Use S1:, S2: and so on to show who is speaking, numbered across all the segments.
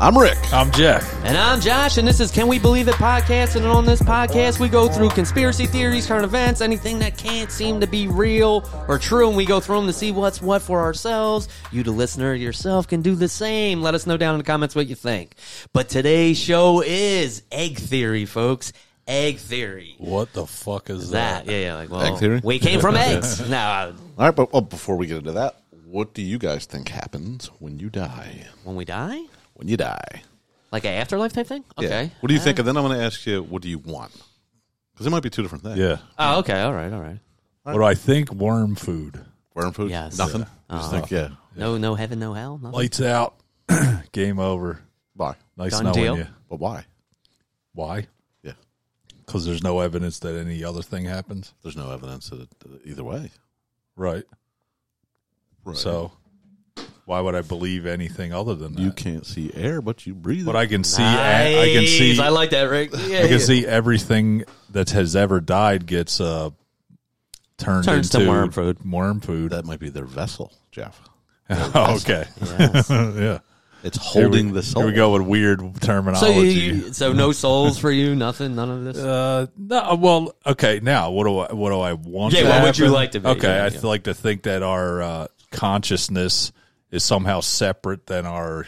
S1: I'm Rick.
S2: I'm Jeff.
S3: And I'm Josh, and this is Can We Believe It podcast. And on this podcast, we go through conspiracy theories, current events, anything that can't seem to be real or true, and we go through them to see what's what for ourselves. You, the listener yourself, can do the same. Let us know down in the comments what you think. But today's show is egg theory, folks. Egg theory.
S2: What the fuck is
S3: That, yeah, yeah, like, well,
S1: Egg theory?
S3: we came from eggs. uh, No,
S1: All right, but well, before we get into that, what do you guys think happens when you die?
S3: when we die,
S1: When you die?
S3: like an afterlife type thing.
S1: Yeah.
S3: Okay.
S1: What do you think? And then I'm going to ask you, what do you want? Because it might be two different things.
S2: Yeah.
S3: Oh, okay. All right. All right.
S2: What do I think? Worm food.
S1: Worm food?
S3: Yes.
S1: Nothing.
S3: Yeah. Uh-huh.
S1: Just think, yeah.
S3: No, no heaven, no hell. No.
S2: Lights out. Game over.
S1: Why?
S2: Nice
S3: Done
S2: knowing
S3: deal.
S2: you.
S1: But why?
S2: Why?
S1: Yeah.
S2: Because there's no evidence that any other thing happens.
S1: There's no evidence that it, that either way.
S2: Right.
S1: Right.
S2: So why would I believe anything other than that?
S1: you can't see air, but you breathe.
S2: but
S1: it.
S2: I can see. uh, I can see.
S3: Nice. I like that, Rick. Yeah,
S2: I
S3: yeah.
S2: can see everything that has ever died gets uh, turned
S3: Turns to
S2: into
S3: worm food.
S2: Worm food.
S1: that might be their vessel, Jeff.
S2: Oh, okay.
S3: Yes.
S2: yeah.
S1: It's
S2: Here we-
S1: holding the soul.
S2: Here we go with weird
S3: So, you,
S2: terminology.
S3: you- so no souls for you, nothing, none of this.
S2: Uh, no, well, okay. Now, what do I what do I want?
S3: Yeah,
S2: to
S3: what would you
S2: happen?
S3: like to be?
S2: Okay,
S3: Yeah,
S2: I
S3: yeah.
S2: like to think that our uh, consciousness is somehow separate than our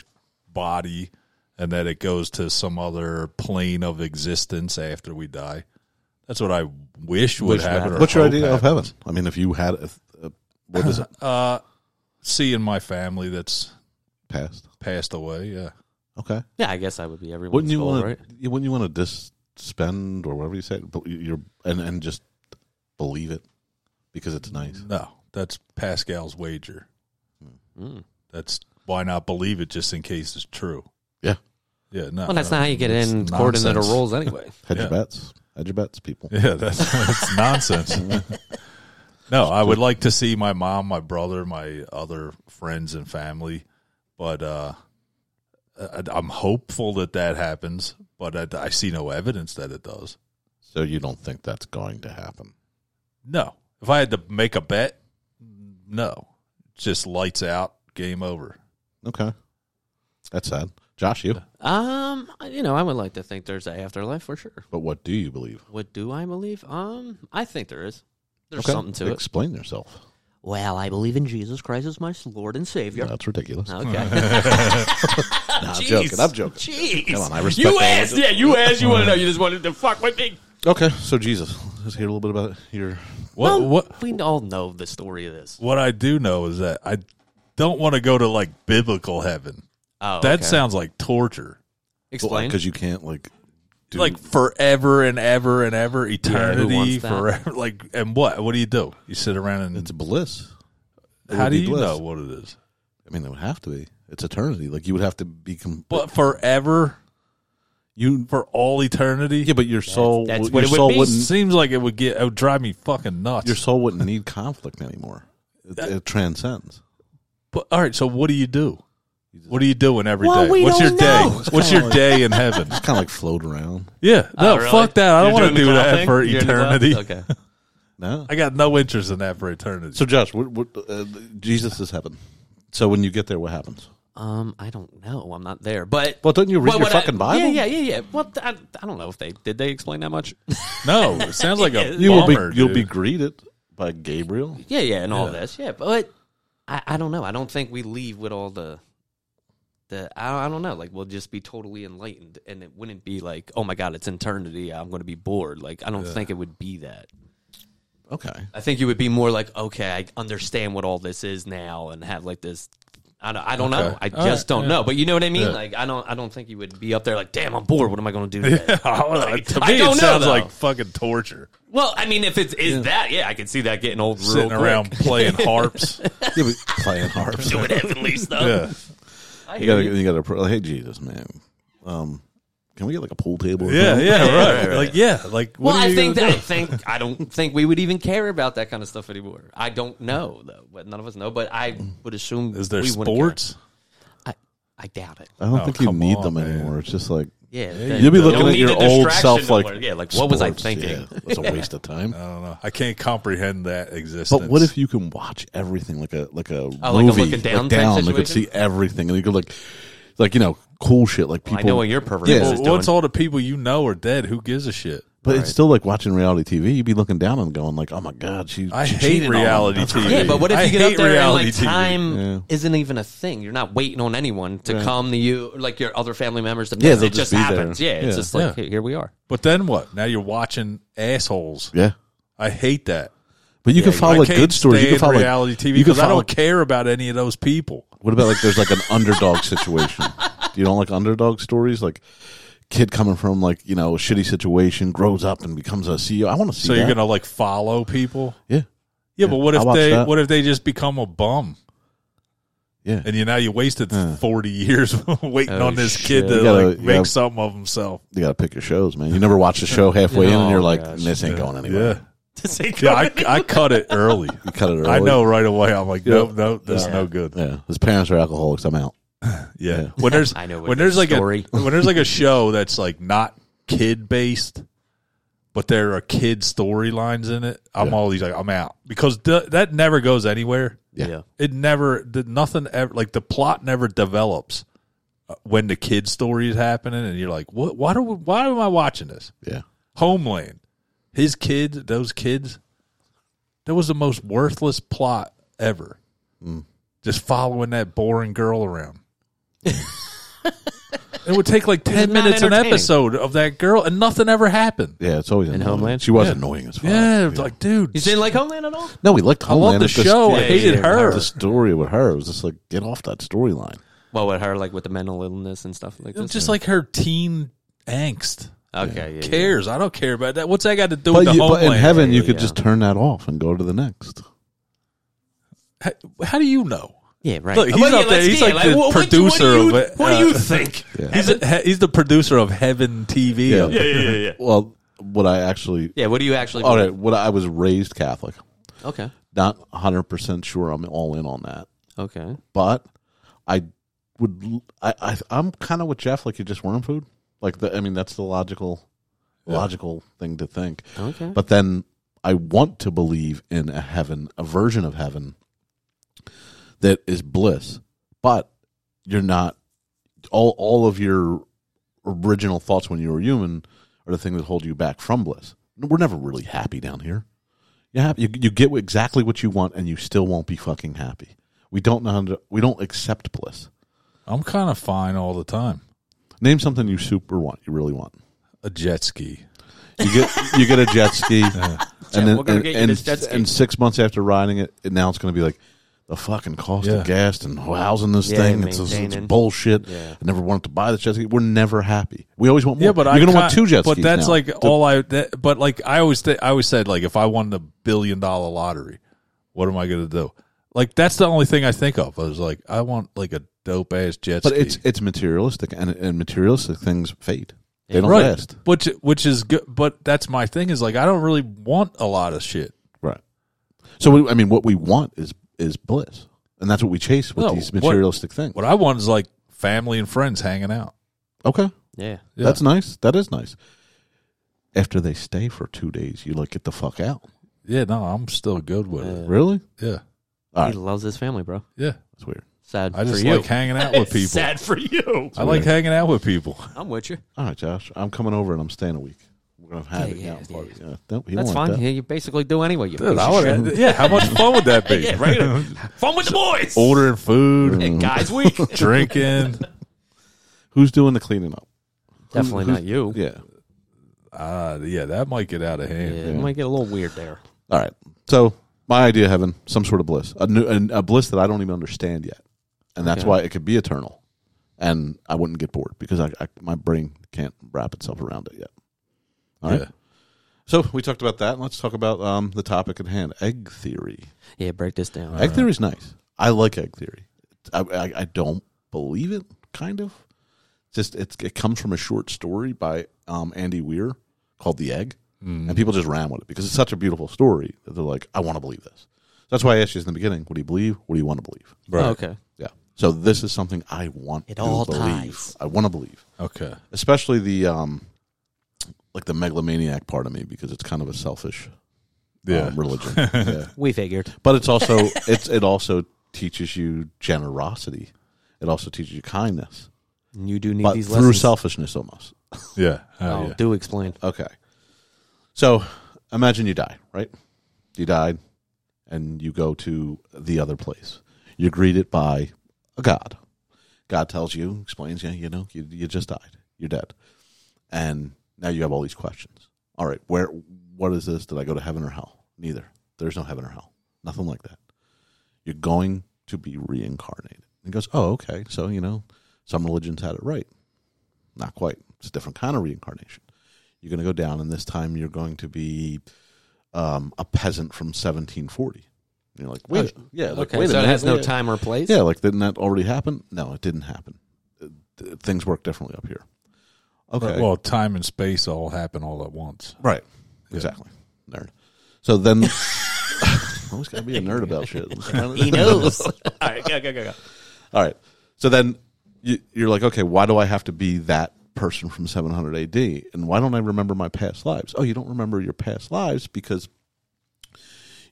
S2: body, and that it goes to some other plane of existence after we die. That's what I wish would
S3: Wish would
S2: happen.
S3: happen.
S2: or
S1: What's your
S2: hope
S1: idea of
S2: happen.
S1: heaven? I mean, if you had, if, uh, what is it?
S2: Seeing Uh, my family that's
S1: Past.
S2: passed away. Yeah,
S1: Okay.
S3: Yeah, I guess I would be everyone's
S1: Wouldn't you
S3: soul,
S1: want
S3: right?
S1: to? Wouldn't you want to dis spend or whatever you say? but You're and and just believe it because it's nice.
S2: no, that's Pascal's wager.
S3: Mm.
S2: That's why not believe it just in case it's true.
S1: Yeah,
S2: Yeah, no.
S3: Well, that's
S2: no,
S3: not how you get
S2: it's
S3: in according to the
S2: nonsense.
S3: rules anyway.
S1: hedge
S2: Yeah.
S1: your bets, hedge your bets, people.
S2: Yeah, that's, that's nonsense. no, I would like to see my mom, my brother, my other friends and family, but uh, I, I'm hopeful that that happens. But I, I see no evidence that it does.
S1: So you don't think that's going to happen?
S2: No, if I had to make a bet, no, just lights out, game over.
S1: Okay, that's sad. Josh, you.
S3: Um, you know, I would like to think there's an afterlife for sure.
S1: But what do you believe?
S3: What do I believe? Um, I think there is. There's
S1: Okay.
S3: something to it.
S1: Explain yourself.
S3: Well, I believe in Jesus Christ as my Lord and Savior.
S1: That's ridiculous.
S3: Okay. no,
S1: Nah, I'm joking. I'm joking.
S3: Jeez.
S1: Come on, I respect
S3: You
S1: all
S3: asked.
S1: of it.
S3: Yeah, you asked. You want to know. You just wanted to fuck with me.
S1: Okay, so Jesus, let's hear a little bit about your.
S2: What? what?
S3: We all know the story of this.
S2: What I do know is that I don't want to go to like biblical heaven.
S3: Oh,
S2: That
S3: okay.
S2: sounds like torture.
S3: Explain.
S1: because you can't like. Do,
S2: like forever and ever and ever,
S3: who
S2: eternity,
S3: wants that?
S2: forever. Like, and what? What do you do? You sit around and
S1: it's bliss. It
S2: how
S1: would
S2: do
S1: be
S2: you
S1: bliss.
S2: know what it is?
S1: I mean, it would have to be. It's eternity. Like you would have to be. Com-
S2: But forever,
S1: you
S2: for all eternity.
S1: Yeah, but your soul,
S3: that's
S1: your
S3: what it would
S1: soul
S3: be.
S2: it
S1: wouldn't,
S2: seems like it would get. It would drive me fucking nuts.
S1: your soul wouldn't need conflict anymore. It, it transcends.
S2: but, all right, so what do you do? What are you doing every day?
S3: Well, we
S2: What's
S3: don't
S2: your day?
S3: know.
S2: What's your day in heaven?
S1: It's kind of like float around.
S2: Yeah, no,
S3: Oh, really?
S2: fuck that. I don't
S3: You're
S2: want to do
S3: doing the cloud
S2: that
S3: thing?
S2: for
S3: You're doing the cloud?
S2: eternity.
S3: Okay.
S1: No.
S2: I got no interest in that for eternity.
S1: So, Josh, what, what, uh, Jesus is heaven. So when you get there, what happens?
S3: Um, I don't know. I'm not there. But
S1: Well, don't you read
S3: But
S1: your
S3: what I-
S1: fucking Bible?
S3: Yeah, yeah, yeah, yeah. Well, th- I, I don't know if they did. They explain that much.
S2: no, it sounds like a
S1: You will be.
S2: bummer,
S1: You'll
S2: dude.
S1: be greeted by Gabriel.
S3: yeah, yeah, and all this. Yeah, but I, I don't know. I don't think we leave with all the the. I, I don't know. Like we'll just be totally enlightened, and it wouldn't be like, oh my god, it's eternity. I'm going to be bored. Like I don't think it would be that.
S1: Okay.
S3: I think you would be more like, okay, I understand what all this is now, and have like this. I don't, I don't know.
S2: Okay.
S3: I
S2: All
S3: just
S2: right,
S3: don't
S2: yeah.
S3: know. But you know what I mean.
S2: Yeah.
S3: Like I don't. I don't think you would be up there like, damn, I'm bored. What am I going to do? Today?
S2: Yeah, to
S3: I
S2: me,
S3: don't
S2: it
S3: know,
S2: sounds
S3: though.
S2: like fucking torture.
S3: Well, I mean, if it's is that, yeah, I can see that getting old
S2: Sitting
S3: real
S2: around playing harps.
S1: You'll be playing harps.
S3: quick. doing heavenly stuff.
S2: Yeah.
S3: I
S1: You
S3: hear
S1: gotta,
S3: you.
S1: you gotta. pro- Hey, Jesus, man. Um, can we get like a pool table? or
S2: Yeah,
S1: something?
S2: yeah, right. Like, yeah, like. What
S3: Well,
S2: are
S3: I
S2: you
S3: think
S2: gonna
S3: that, I think I don't think we would even care about that kind of stuff anymore. I don't know though, but none of us know. But I would assume
S2: do? is there
S3: we wouldn't
S2: sports?
S3: care. I, I doubt it.
S1: I don't
S2: Oh,
S1: think you
S2: come
S1: need
S2: on,
S1: them
S2: man.
S1: anymore. It's just like
S3: Yeah,
S1: you'll be
S3: don't
S1: looking at
S3: need
S1: your
S3: the
S1: old
S3: distraction
S1: self
S3: no
S1: like
S3: more. yeah, like what was I
S1: sports,
S3: thinking?
S1: yeah. It's a waste of time.
S2: I don't know. I can't comprehend that existence.
S1: But what if you can watch everything like a like a
S3: Oh, like a
S1: movie
S3: looking down
S1: like
S3: type
S1: down, like you could
S3: situation?
S1: see everything, and you could like, like you know, cool shit like people.
S3: I know what your pervert
S1: Yeah.
S3: is
S2: Well,
S3: doing.
S2: once all the people you know are dead, who gives a shit?
S1: but it's still like watching reality TV. You'd be looking down and going like, "Oh my god, she."
S2: I
S1: she
S2: hate
S1: cheated on him.
S2: reality
S1: That's
S2: TV.
S1: crazy.
S3: yeah, but what if
S2: I
S3: you get
S2: hate
S3: up there and
S2: reality
S3: like
S2: TV.
S3: time
S1: Yeah.
S3: isn't even a thing? You're not waiting on anyone to
S1: Right.
S3: come to you, like your other family members. To
S1: Yeah, they'll
S3: it
S1: just
S3: just,
S1: be
S3: happens.
S1: there.
S3: Yeah, it's
S1: Yeah.
S3: just like
S2: Yeah.
S3: hey, here we are.
S2: But then what? Now you're watching assholes.
S1: Yeah,
S2: I hate that.
S1: but you can follow
S2: I
S1: like
S2: can't
S1: good stories. You can
S2: stand
S1: follow like-
S2: reality TV
S1: You can
S2: because I
S1: follow.
S2: don't care about any of those people.
S1: What about like there's like an underdog situation? You don't like underdog stories, like kid coming from like you know a shitty situation, grows up and becomes a CEO. I want to see.
S2: So
S1: that.
S2: you're gonna like follow people?
S1: yeah,
S2: Yeah, but what
S1: I
S2: if
S1: watched
S2: they
S1: that.
S2: what if they just become a bum?
S1: yeah.
S2: And you now you wasted forty years waiting
S3: Oh,
S2: on this
S1: shit.
S2: kid to
S1: You gotta-
S2: like
S1: you
S2: make
S1: gotta-
S2: something of himself.
S1: you got to pick your shows, man. You never watch the show halfway in,
S3: Oh,
S1: and you're like,
S3: gosh.
S1: "This ain't going anywhere."
S2: Yeah.
S3: This ain't
S2: Yeah,
S3: going
S2: I, I cut it early.
S1: You cut it. Early.
S2: I know right away. I'm like,
S1: Yeah.
S2: nope, nope, that's
S3: Yeah.
S2: no good.
S1: Yeah, his parents are alcoholics. I'm out.
S2: Yeah.
S1: Yeah.
S2: When there's
S3: I know what
S2: when there's
S3: your
S2: like
S3: story-
S2: a when there's like a show that's like not kid based, but there are kid storylines in it. I'm
S1: Yeah.
S2: always like I'm out because th- that never goes anywhere.
S1: Yeah.
S2: It never the, nothing ever like the plot never develops uh, when the kid story is happening, and you're like, what? Why do we, why am I watching this?
S1: Yeah,
S2: Homeland, his kids, those kids, that was the most worthless plot ever. Just following that boring girl around. it would take like
S3: was
S2: ten
S3: not
S2: minutes an
S3: entertaining.
S2: episode of that girl, and nothing ever happened.
S1: yeah. It's always in annoying.
S3: Homeland?
S1: She was
S2: Yeah.
S1: annoying as fuck.
S2: Yeah, it's like, dude,
S3: You didn't like Homeland at all?
S1: No, we liked Homeland.
S2: the
S1: It's just-
S2: show. I
S1: yeah,
S2: hated
S1: yeah,
S2: her.
S1: The story with her it was just like, get off that storyline.
S3: Well, with her, like with the mental illness and stuff like this.
S2: just like her teen angst.
S3: okay, yeah, yeah.
S2: Cares? I don't care about that. What's that got to do
S1: But,
S2: with the
S1: you, but
S2: homeland?
S1: in heaven, you
S3: Yeah,
S1: could
S3: yeah.
S1: just turn that off and go to the next.
S2: how, how do you know?
S3: yeah, right.
S2: Look, he's
S3: Well, yeah,
S2: up there.
S3: let's
S2: He's
S3: see it.
S2: like the
S3: what- what do- what do
S2: producer
S3: you-
S2: of it.
S3: What do you
S2: Uh,
S3: think?
S2: He's a, he's the producer of Heaven TV.
S1: Yeah.
S2: yeah,
S1: Well, what I actually,
S3: Yeah, what do you actually?
S1: all right, what I was raised Catholic.
S3: Okay,
S1: Not hundred percent sure I'm all in on that,
S3: okay.
S1: but I would. l- I, I I'm kind of with Jeff. Like you just worm food. Like the, I mean, that's the logical, logical thing to think.
S3: Okay.
S1: But then I want to believe in a heaven, a version of heaven that is bliss. But you're not all all of your original thoughts when you were human are the thing that hold you back from bliss. We're never really happy down here. You happy you, you get exactly what you want and you still won't be fucking happy. We don't know how to, we don't accept bliss.
S2: I'm kind of fine all the time.
S1: Name something you super want, you really want.
S2: A jet ski.
S1: You get you get a jet ski, and then
S3: we're gonna
S1: and,
S3: get you
S1: and,
S3: this jet ski.
S1: and six months after riding it, and now it's going to be like the fucking cost
S2: Yeah.
S1: of gas and housing this
S3: Yeah,
S1: thing. It's, it's
S3: maintaining.
S1: bullshit.
S3: Yeah.
S1: I never wanted to buy the jet ski. We're never happy. We always want more.
S2: Yeah, but
S1: you're
S2: I
S1: to want
S2: ki-
S1: two jet skis.
S2: But that's
S1: now.
S2: like
S1: To-
S2: all I. That, but like I always, th- I always said like if I won the billion dollar lottery, what am I going to do? Like that's the only thing I think of. I was like, I want like a dope ass jet
S1: But
S2: ski.
S1: it's it's materialistic, and and materialistic things fade. They don't
S2: right,
S1: last.
S2: which which is good. But that's my thing is like I don't really want a lot of shit.
S1: Right. So we, I mean, what we want is is bliss, and that's what we chase with
S2: No,
S1: these
S2: what-
S1: materialistic things.
S2: What I want is like family and friends hanging out.
S1: okay.
S3: Yeah.
S2: Yeah.
S1: That's nice. That is nice. After they stay for two days, you like get the fuck out.
S2: Yeah, no, I'm still good with it.
S1: Really?
S2: Yeah,
S1: All
S3: He
S1: right.
S3: loves his family, bro.
S2: yeah.
S1: That's weird.
S3: Sad
S2: I just
S3: for you.
S2: like hanging out with people.
S3: Sad for you.
S2: I like hanging out with people.
S3: I'm with you.
S1: All right, Josh. I'm coming over and I'm staying a week. We're gonna have it
S3: Yeah,
S1: now.
S3: yeah,
S1: party. Yeah. No, you
S3: That's
S1: don't want
S3: fine.
S1: that.
S3: Yeah, you basically do anyway. You
S2: Dude,
S3: piece
S2: I
S3: of shit.
S2: would, yeah, how much fun would that be?
S3: Yeah, right. Fun with the boys.
S2: Ordering food,
S3: And guys week.
S2: drinking.
S1: Who's doing the cleaning up?
S3: Definitely not you.
S1: Yeah.
S2: Uh, yeah, that might get out of hand.
S3: Yeah, It might get a little weird there.
S1: All right. So my idea of heaven, some sort of bliss, a, new, a, a bliss that I don't even understand yet, and that's
S3: Okay.
S1: why it could be eternal, and I wouldn't get bored because I, I my brain can't wrap itself around it yet. All right.
S2: Yeah.
S1: So we talked about that. Let's talk about um, the topic at hand: egg theory.
S3: Yeah, break this down.
S1: Egg theory is nice. I like egg theory. I, I, I don't believe it. Kind of. Just it's, it comes from a short story by um, Andy Weir called "The Egg," and people just ran with it because it's such a beautiful story that they're like, "I want to believe this." That's why I asked you in the beginning: What do you believe? What do you want to believe?
S2: Right.
S3: Okay.
S1: Yeah. So this is something I want.
S3: It
S1: to
S3: all
S1: believe.
S3: ties.
S1: I want to believe,
S2: Okay.
S1: especially the um, like the megalomaniac part of me because it's kind of a selfish
S2: Yeah.
S1: um, religion. yeah
S3: We figured.
S1: but it's also it's it also teaches you generosity. It also teaches you kindness.
S3: You do need
S1: but
S3: these
S1: through
S3: lessons.
S1: selfishness almost.
S2: Yeah.
S3: Oh,
S2: Hell yeah.
S3: do explain.
S1: Okay. So imagine you die, right? You died and you go to the other place. You're greeted by a god. God tells you, explains, yeah, you know, you, you just died. You're dead. And now you have all these questions. All right, where what is this? Did I go to heaven or hell? Neither. There's no heaven or hell. Nothing like that. You're going to be reincarnated. And he goes, Oh, okay. So, you know, some religions had it right. Not quite. It's a different kind of reincarnation you're going to go down, and this time you're going to be um, a peasant from 1740. And you're like, wait, yeah, like,
S3: Okay,
S1: wait a
S3: so it
S1: minute,
S3: has no
S1: wait a-
S3: time or place.
S1: Yeah, like didn't that already happen? No, it didn't happen. Uh, th- Things work differently up here. Okay,
S2: Well, time and space all happen all at once.
S1: right, exactly, nerd. So then, always got to be a nerd about shit.
S3: He knows. All right, go, go, go, go.
S1: All right. So then you, you're like, okay, why do I have to be that person from 700 AD? And why don't I remember my past lives? Oh, you don't remember your past lives because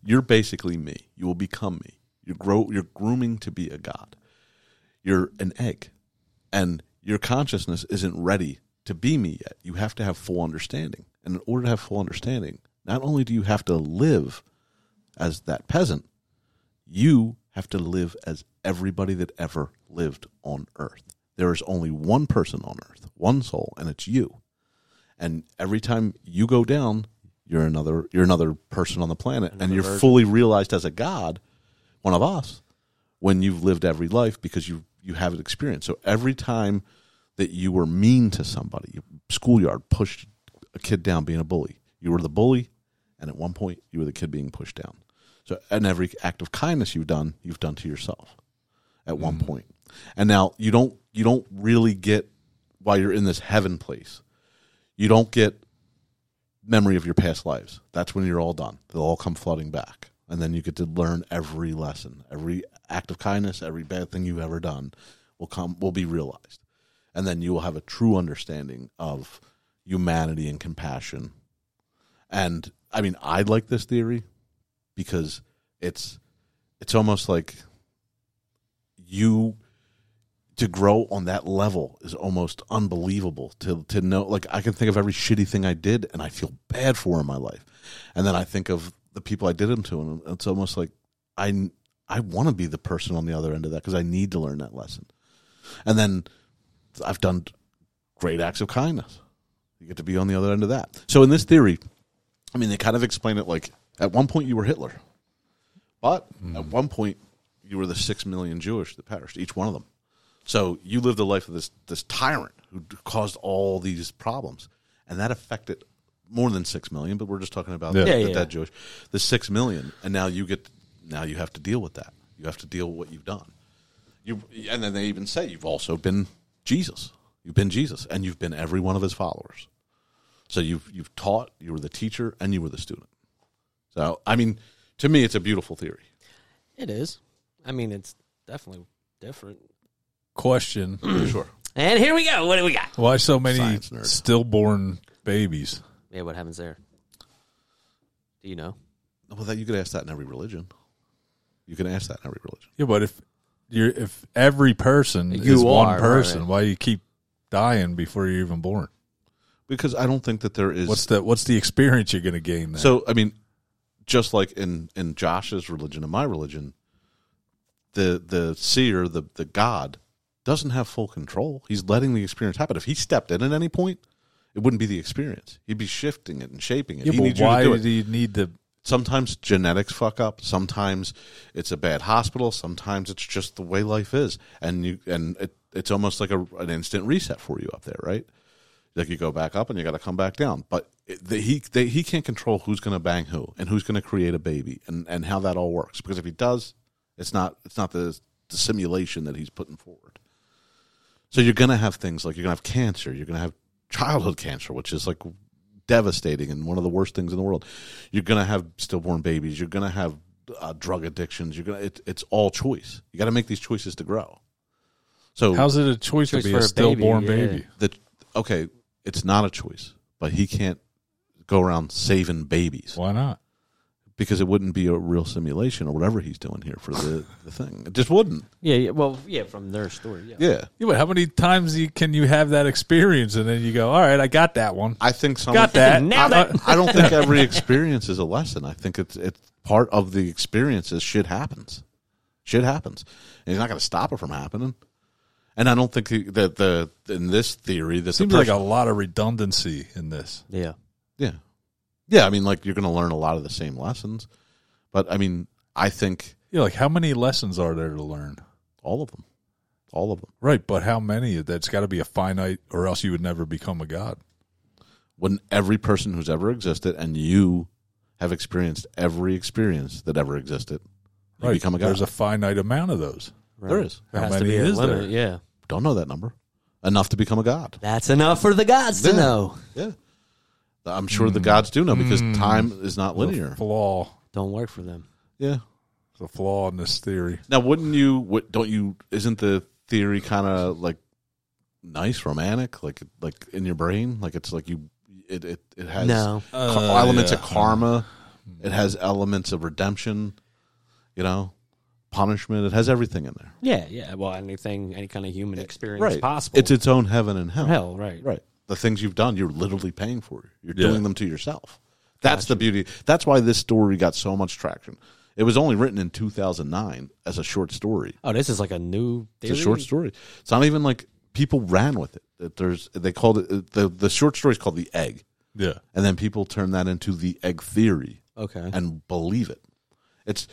S1: you're basically me. You will become me. You grow. You're grooming to be a god. You're an egg, and your consciousness isn't ready to be me yet. You have to have full understanding, and in order to have full understanding, not only do you have to live as that peasant, you have to live as everybody that ever lived on earth. There is only one person on earth, one soul, and it's you. And every time you go down, you're another you're another person on the planet and you're fully realized as a god, one of us, when you've lived every life because you you have an experience. So every time that you were mean to somebody, you schoolyard pushed a kid down being a bully. You were the bully, and at one point you were the kid being pushed down. So, and every act of kindness you've done, you've done to yourself at one point. And now you don't you don't really get while you're in this heaven place. You don't get memory of your past lives. That's when you're all done. They'll all come flooding back. And then you get to learn every lesson, every act of kindness, every bad thing you've ever done will come will be realized. And then you will have a true understanding of humanity and compassion. And I mean, I like this theory because it's it's almost like you to grow on that level is almost unbelievable to to know like I can think of every shitty thing I did and I feel bad for in my life. And then I think of the people I did them to and it's almost like I I want to be the person on the other end of that cuz I need to learn that lesson. And then I've done great acts of kindness. You get to be on the other end of that. So in this theory, I mean, they kind of explain it like at one point you were Hitler, but at one point you were the six million Jewish that perished, each one of them. So you lived the life of this this tyrant who d- caused all these problems, and that affected more than six million. But we're just talking about
S2: Yeah.
S1: the,
S3: Yeah,
S1: the
S3: yeah.
S1: dead Jewish, the six million, and now you get now you have to deal with that. You have to deal with what you've done. You and then they even say you've also been Jesus. You've been Jesus, and you've been every one of his followers. So you've you've taught, you were the teacher, and you were the student. So I mean, to me, it's a beautiful theory.
S3: It is. I mean, it's definitely different.
S2: Question:
S1: sure.
S3: And here we go. What do we got?
S2: Why so many
S1: Science nerd.
S2: stillborn babies?
S3: Yeah, what happens there? Do you know?
S1: Well, that you could ask that in every religion. You can ask that in every religion.
S2: Yeah, but if you're if every person
S3: You
S2: is
S3: are,
S2: one
S3: right,
S2: person,
S3: right.
S2: why you keep dying before you're even born?
S1: Because I don't think that there is.
S2: What's the what's the experience you're going to gain? Then?
S1: so I mean, just like in in Josh's religion and my religion, the the seer, the the God, doesn't have full control. He's letting the experience happen. If he stepped in at any point, it wouldn't be the experience. He'd be shifting it and shaping it.
S2: yeah,
S1: he
S2: but
S1: needs you
S2: why
S1: to do it.
S2: do you need the
S1: sometimes genetics fuck up sometimes it's a bad hospital sometimes it's just the way life is and you and it, it's almost like a, an instant reset for you up there right like you go back up and you got to come back down but it, the, he they, he can't control who's going to bang who and who's going to create a baby and and how that all works because if he does it's not it's not the, the simulation that he's putting forward so you're going to have things like you're going to have cancer, you're going to have childhood cancer, which is like devastating and one of the worst things in the world. You're going to have stillborn babies, you're going to have uh, drug addictions. You're going to it, it's all choice. You got to make these choices to grow. So
S2: how's it a choice,
S3: Choice
S2: to be
S3: for a
S2: a
S3: baby,
S2: stillborn
S3: yeah.
S2: baby?
S1: the okay, it's not a choice, but he can't go around saving babies
S2: Why not?
S1: because it wouldn't be a real simulation or whatever he's doing here for the, the thing. It just wouldn't.
S3: Yeah, yeah. Well, yeah, from their story. Yeah.
S1: Yeah.
S2: Yeah, but how many times you, can you have that experience and then you go, all right, I got that one.
S1: I think some
S2: Got that.
S3: Nailed
S2: I-
S3: it.
S1: I don't think every experience is a lesson. I think it's it's part of the experience is shit happens. Shit happens. And he's not going to stop it from happening. And I don't think that the in this theory that
S2: Seems
S1: the
S2: like
S1: person,
S2: a lot of redundancy in this.
S3: Yeah.
S1: yeah. Yeah, I mean like you're going to learn a lot of the same lessons. But I mean, I think
S2: Yeah, like how many lessons are there to learn?
S1: all of them. All of them.
S2: Right, but how many? That's got to be a finite, or else you would never become a god.
S1: When every person who's ever existed and you have experienced every experience that ever existed, you
S2: Right,
S1: become a god.
S2: There's a finite amount of those.
S3: Right.
S1: there is.
S3: There
S2: How
S3: has to
S2: many
S3: be a
S2: is
S3: limit. Yeah.
S1: Don't know that number. Enough to become a god.
S3: That's enough for the gods to
S1: Yeah.
S3: know.
S1: Yeah. I'm sure the gods do know because time is not linear.
S2: It's a flaw.
S3: Don't work for them.
S1: Yeah.
S2: It's a flaw in this theory.
S1: Now, wouldn't you, what, don't you, isn't the theory kind of like nice, romantic, like, like in your brain? Like it's like you, it, it, it has
S3: No.
S1: ca-
S2: Uh,
S1: elements
S2: yeah. Mm-hmm.
S1: of karma. It has elements of redemption, you know, punishment. It has everything in there.
S3: Yeah. Yeah. Well, anything, any kind of human experience possible.
S1: It's its own heaven and hell.
S3: hell. Right.
S1: Right. The things you've done, you're literally paying for. You're
S2: Yeah.
S1: doing them to yourself. That's the beauty. That's why this story got so much traction. It was only written in 2009 as a short story.
S3: Oh, this is like a new.
S1: It's a
S3: theory?
S1: short story. It's not even like people ran with it. That There's they called it the the short story is called the egg,
S2: Yeah.
S1: and then people turn that into the egg theory
S3: Okay.
S1: and believe it. It's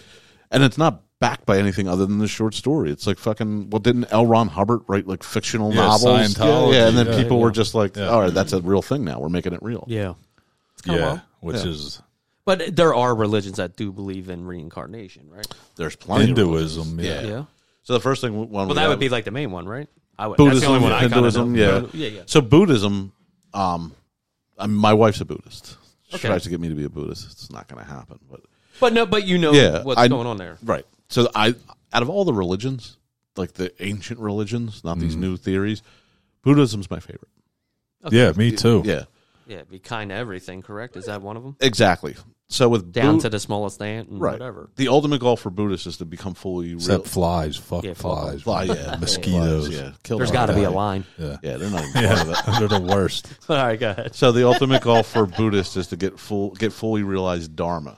S1: and it's not backed by anything other than the short story. It's like fucking well, didn't L. Ron Hubbard write like fictional
S2: Yeah,
S1: novels? Yeah,
S2: Scientology,
S1: yeah, and then
S2: yeah.
S1: people
S3: Yeah.
S1: were just like,
S2: Yeah.
S1: all right, that's a real thing now. We're making it real.
S3: Yeah. It's kinda
S2: Yeah.
S3: wild.
S2: Which
S1: Yeah.
S2: is
S3: But there are religions that do believe in reincarnation, right?
S1: There's plenty. of
S2: Hinduism. Yeah.
S1: Yeah. So the first thing, one
S3: Well, that would be like the main one, right? I would.
S1: Buddhism,
S3: that's the only one I kinda
S1: Hinduism,
S3: know.
S1: yeah.
S3: yeah, yeah.
S1: So Buddhism, um, I mean, my wife's a Buddhist. She
S3: Okay.
S1: tries to get me to be a Buddhist. It's not going to happen. But
S3: But no, but you know
S1: Yeah,
S3: what's
S1: I-
S3: going on there.
S1: Right. So I out of all the religions, like the ancient religions, not
S3: Mm-hmm.
S1: these new theories, Buddhism's my favorite.
S2: Yeah, me too.
S1: Yeah.
S3: Yeah, be kind to everything. Correct? Is that one of them?
S1: Exactly. So with
S3: Down
S1: Bud-
S3: to the smallest ant and
S1: right.
S3: whatever.
S1: The ultimate goal for Buddhists is to become fully real.
S2: Except flies. Fuck
S3: Yeah, fuck 'em.
S2: flies.
S1: Fly, yeah.
S2: Mosquitoes.
S1: Flies, yeah. Kill
S3: There's
S1: them.
S3: got to be
S1: Yeah.
S3: a line.
S2: Yeah.
S1: Yeah, they're not even part of it.
S2: Yeah. They're the worst.
S3: All right, go ahead.
S1: So the ultimate goal for Buddhists is to get full, get fully realized Dharma,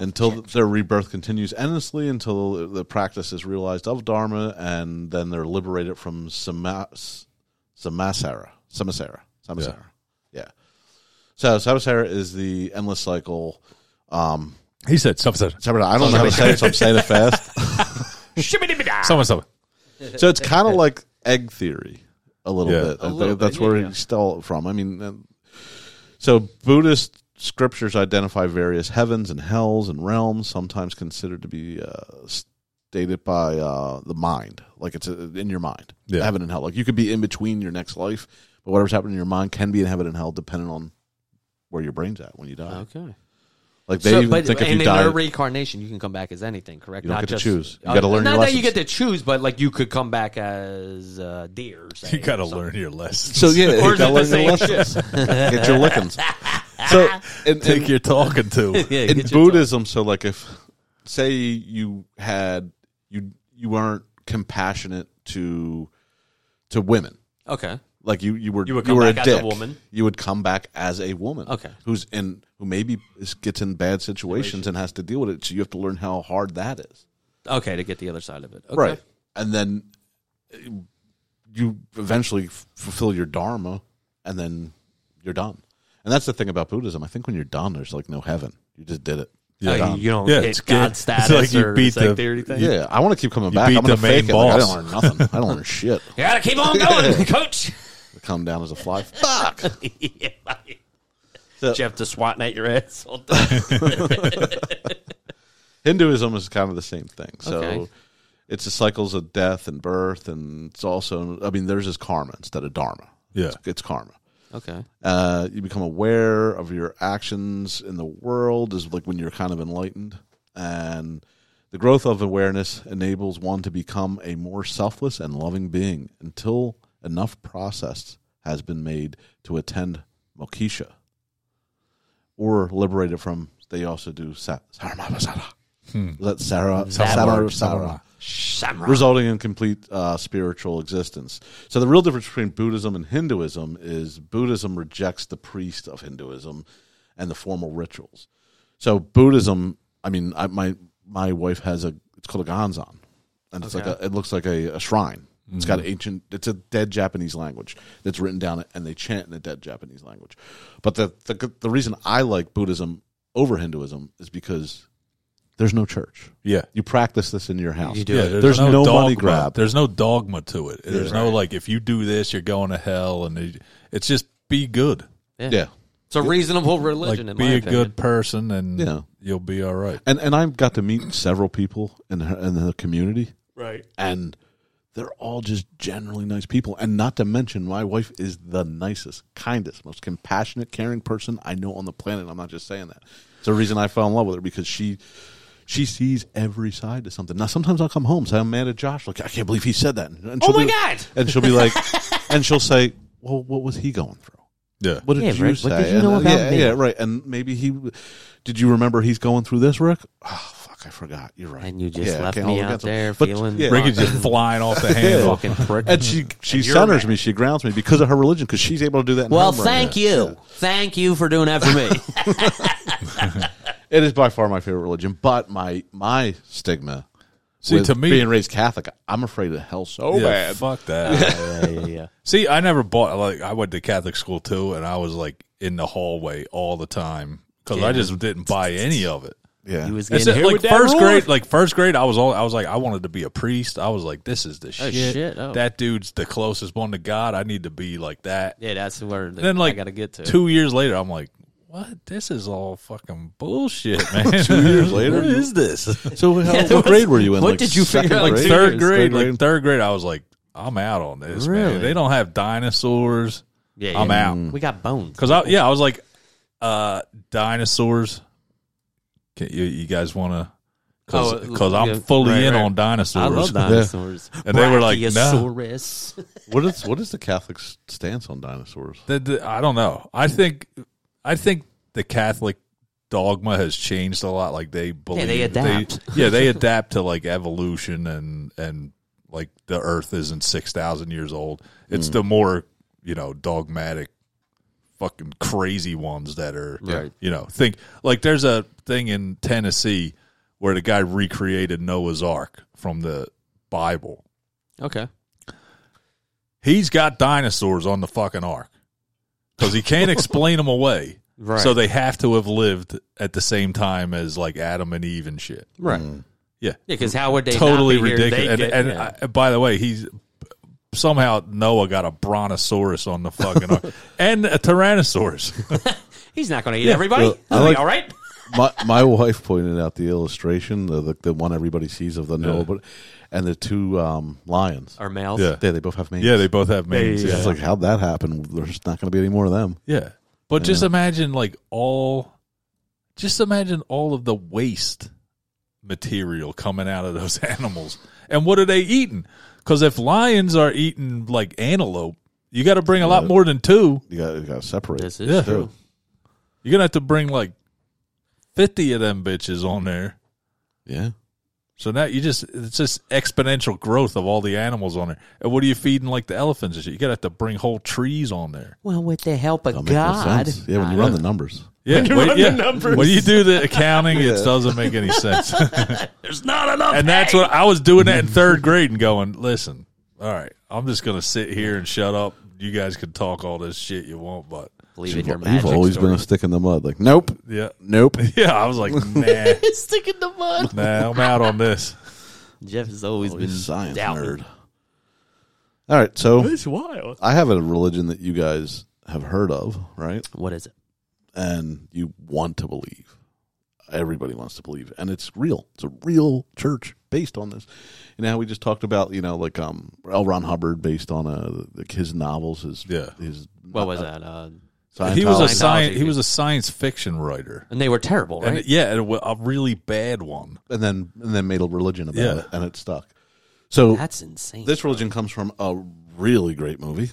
S1: until their rebirth continues endlessly until the practice is realized of Dharma, and then they're liberated from sama, samasara, samasara, samasara. Yeah. So samasara is the endless cycle. Um,
S2: He said something.
S1: samasara- I don't know how to say it, so I'm saying it fast.
S3: Shibbidi-bidi-da.
S2: Someone, someone.
S1: So it's kind of like egg theory a little
S2: Yeah.
S1: bit.
S3: A little
S1: That's
S3: bit,
S1: where
S3: yeah, yeah.
S1: he stole it from. I mean, uh, so Buddhist scriptures identify various heavens and hells and realms, sometimes considered to be uh, stated by uh, the mind, like it's uh in your mind,
S2: Yeah.
S1: heaven and hell. Like you could be in between your next life, but whatever's happening in your mind can be in heaven and hell, depending on where your brain's at when you die.
S3: Okay.
S1: Like they
S3: so,
S1: even
S3: but,
S1: think if
S3: and
S1: you
S3: in
S1: die,
S3: their reincarnation, you can come back as anything, correct?
S1: You don't
S3: Not
S1: get to
S3: just,
S1: choose. You
S3: uh,
S1: gotta learn
S3: Not
S1: your
S3: that you
S1: lessons.
S3: get to choose, but like you could come back as uh, deer. Say,
S2: You got to
S3: or something.
S2: learn your lessons.
S1: so yeah, you
S3: Or is it
S1: gotta
S3: the
S1: learn your
S3: same
S1: lessons.
S3: shit?
S1: get your lickings. So and, and,
S2: Take your talking to.
S3: yeah,
S1: in
S3: get your choice.
S1: Buddhism, so like if say you had you you weren't compassionate to to women,
S3: Okay.
S1: like you you were you,
S3: would
S1: were
S3: come
S1: a
S3: back as a
S1: dick.
S3: woman.
S1: you would come back as a woman,
S3: Okay.
S1: who's in who maybe is, gets in bad situations and has to deal with it. So you have to learn how hard that is,
S3: Okay, to get the other side of it. Okay.
S1: And then uh, you eventually f- fulfill your dharma, and then you're done. And that's the thing about Buddhism. I think when you're done, there's like no heaven. You just did it.
S3: Yeah.
S1: You're
S3: Like,
S1: done.
S3: you don't
S2: Yeah,
S3: get
S2: it's good.
S3: God
S2: It's
S3: status
S2: like you
S3: or
S2: beat
S3: sectary
S2: the-
S3: thing.
S1: Yeah, I want to keep coming back.
S2: beat
S1: I'm going
S2: the
S1: to
S2: main
S1: fake it. Like, I
S2: boss.
S1: don't learn nothing. I don't learn shit.
S3: Gotta keep on going, coach.
S1: Come down as a fly. Fuck.
S3: yeah, like,
S1: So-
S3: Jeff just swatting at your ass all day.
S1: Hinduism is kind of the same thing. So
S3: Okay.
S1: it's the cycles of death and birth, and it's also, I mean, there's is karma instead of dharma.
S2: Yeah.
S1: It's, it's karma.
S3: Okay.
S1: Uh, you become aware of your actions in the world is like when you're kind of enlightened, and the growth of awareness enables one to become a more selfless and loving being until enough process has been made to attend moksha or liberated from They also do Sa- Saramavasara. Let Sarah,
S3: That
S1: Sarah,
S3: word.
S1: Sarah,
S3: Samurai.
S1: resulting in complete uh, spiritual existence. So the real difference between Buddhism and Hinduism is Buddhism rejects the priest of Hinduism and the formal rituals. So Buddhism, I mean, I, my my wife has a it's called a ganzan, and it's like
S3: Okay. Mm-hmm.
S1: a, it looks like a, a shrine. It's got ancient. It's a dead Japanese language that's written down, and they chant in a dead Japanese language. But the the, the reason I like Buddhism over Hinduism is because there's no church.
S2: Yeah.
S1: You practice this in your house.
S3: You do
S2: Yeah,
S3: it.
S1: There's no money
S2: dogma.
S1: grab.
S2: There's no dogma to it. There's no like if you do this, you're going to hell, and it- it's just be good,
S1: Yeah.
S3: It's a reasonable
S2: like
S3: religion. in
S2: be
S3: my
S2: a
S3: opinion.
S2: good person, and
S1: Yeah.
S2: you'll be all right.
S1: And and I've got to meet several people in the, in the community,
S2: Right.
S1: and they're all just generally nice people. And not to mention, my wife is the nicest, kindest, most compassionate, caring person I know on the planet. I'm not just saying that. It's the reason I fell in love with her because she she sees every side to something. Now sometimes I'll come home, say I'm mad at Josh, like I can't believe he said that. And she'll
S3: Oh my
S1: be-
S3: God!
S1: And she'll be like, and she'll say, well, what was he going through?
S2: Yeah.
S1: What did
S3: Yeah,
S1: you
S3: Rick,
S1: say?
S3: what did you
S1: And,
S3: know
S1: uh,
S3: about
S1: yeah,
S3: me?
S1: yeah, right. And maybe he. Did you remember he's going through this, Rick? Oh, fuck, I forgot. You're right.
S3: And you just
S1: I
S3: left
S1: can't
S3: me
S1: hold
S3: out
S1: against him.
S3: there feeling
S1: yeah.
S2: Ricky's just flying off the handle.
S3: fucking prick.
S1: And she she
S3: you're
S1: centers
S3: mad.
S1: me. She grounds me because of her religion. Because she's able to do that. In
S3: well,
S1: her
S3: thank
S1: religion.
S3: you, thank you for doing that for me.
S1: It is by far my favorite religion, but my my stigma.
S2: See,
S1: with
S2: to me-
S1: being raised Catholic, I'm afraid of hell so
S2: Yeah,
S1: bad.
S2: Fuck that.
S3: yeah, yeah, yeah.
S2: See, I never bought like I went to Catholic school too, and I was like in the hallway all the time because I just didn't buy any of it.
S1: Yeah,
S3: He was
S2: It's
S3: getting hit
S2: like
S3: with that
S2: first
S3: ruler.
S2: grade, like first grade, I was all I was like I wanted to be a priest. I was like, this is the shit.
S3: shit. Oh.
S2: That dude's the closest one to God. I need to be like that.
S3: Yeah, that's where the,
S2: then like
S3: I gotta get to.
S2: two years later, I'm like. What? This is all fucking bullshit, man. Two years later, what is this?
S1: So, how,
S3: there
S1: what grade were you in?
S3: what
S1: like,
S3: did you
S1: second
S3: figure out, like,
S1: grade?
S3: two years?
S2: third
S1: Third
S2: grade, like
S1: grade.
S2: third grade, I was like, I'm out on this.
S3: Really?
S2: Man. They don't have dinosaurs.
S3: Yeah,
S2: I'm
S3: yeah.
S2: out.
S3: We got bones.
S2: Cause I yeah, I was like, uh, dinosaurs. Can, you, you guys want to? Cause,
S3: Oh,
S2: 'cause I'm
S3: yeah.
S2: fully
S3: Right,
S2: in
S3: right.
S2: on dinosaurs.
S3: I love dinosaurs.
S2: And they were like, no.
S3: Brachiosaurus.
S1: What is what is the Catholic stance on dinosaurs?
S2: The- the- I don't know. I think I think the Catholic dogma has changed a lot. Like they believe
S3: they adapt.
S2: yeah, they adapt to like evolution and and like the Earth isn't six thousand years old. It's the more you know dogmatic, fucking crazy ones that are
S3: Right.
S2: you know think like there's a thing in Tennessee where the guy recreated Noah's Ark from the Bible.
S3: Okay.
S2: He's got dinosaurs on the fucking ark because he can't explain them away.
S3: Right.
S2: So they have to have lived at the same time as like Adam and Eve and shit.
S3: Right.
S2: Yeah,
S3: Yeah, because how would they not
S2: totally
S3: be here? They
S2: ridiculous. And,
S3: get-
S2: and
S3: yeah.
S2: I, by the way, he's somehow Noah got a brontosaurus on the fucking ark and a tyrannosaurus.
S3: he's not going to eat everybody.
S1: Well, I
S3: He'll be
S1: like-
S3: all right.
S1: my my wife pointed out the illustration, the the, the one everybody sees of the no, but and the two um, lions.
S3: Or males.
S2: Yeah.
S1: Yeah, they both have manes.
S2: yeah, they both have manes.
S1: It's
S2: Yeah,
S1: just like how'd that happen? There's not going to be any more of them.
S2: Yeah. But just imagine like all just imagine all of the waste material coming out of those animals. And what are they eating? Cuz if lions are eating like antelope, you got to bring a lot more than two.
S1: You got you got to separate.
S3: This is
S2: Yeah.
S3: true.
S2: You're going to have to bring like 50 of them bitches on there.
S1: yeah,
S2: So now you just it's just exponential growth of all the animals on there. And what are you feeding like the elephants and shit? You got to have to bring whole trees on there.
S3: Well, with the help of
S1: that makes no
S3: God.
S1: sense. Yeah, when you run the numbers,
S2: Yeah,
S3: you
S2: when-
S3: run the
S2: yeah.
S3: numbers.
S2: When you do the accounting, it doesn't make any sense.
S3: There's not enough.
S2: and that's
S3: hay.
S2: what I was doing that in third grade and going, listen, all right, I'm just gonna sit here and shut up. You guys can talk all this shit you want, but
S3: Believe in
S1: you've,
S3: your
S1: you've
S3: magic.
S1: always been a stick in the mud. Like nope,
S2: yeah,
S1: nope.
S2: yeah. I was like, nah,
S3: Stick in the mud.
S2: nah, I'm out on this.
S3: Jeff has always
S1: Always
S3: been
S1: science
S3: doubting.
S1: nerd. All right, so
S2: It's wild.
S1: I have a religion that you guys have heard of, right?
S3: What is it?
S1: And you want to believe. Everybody wants to believe, and it's real. It's a real church based on this. You know, how we just talked about, you know, like um, L. Ron Hubbard based on uh, like his novels. His
S2: Yeah.
S1: his
S3: What was that? Uh,
S2: He was a
S1: Scientology.
S2: science. He was a science fiction writer,
S3: and they were terrible, right?
S2: and yeah, and a a really bad one.
S1: and then and then made a religion about
S2: Yeah.
S1: it, and it stuck. So
S3: That's insane.
S1: oh, this religion comes from a really great movie,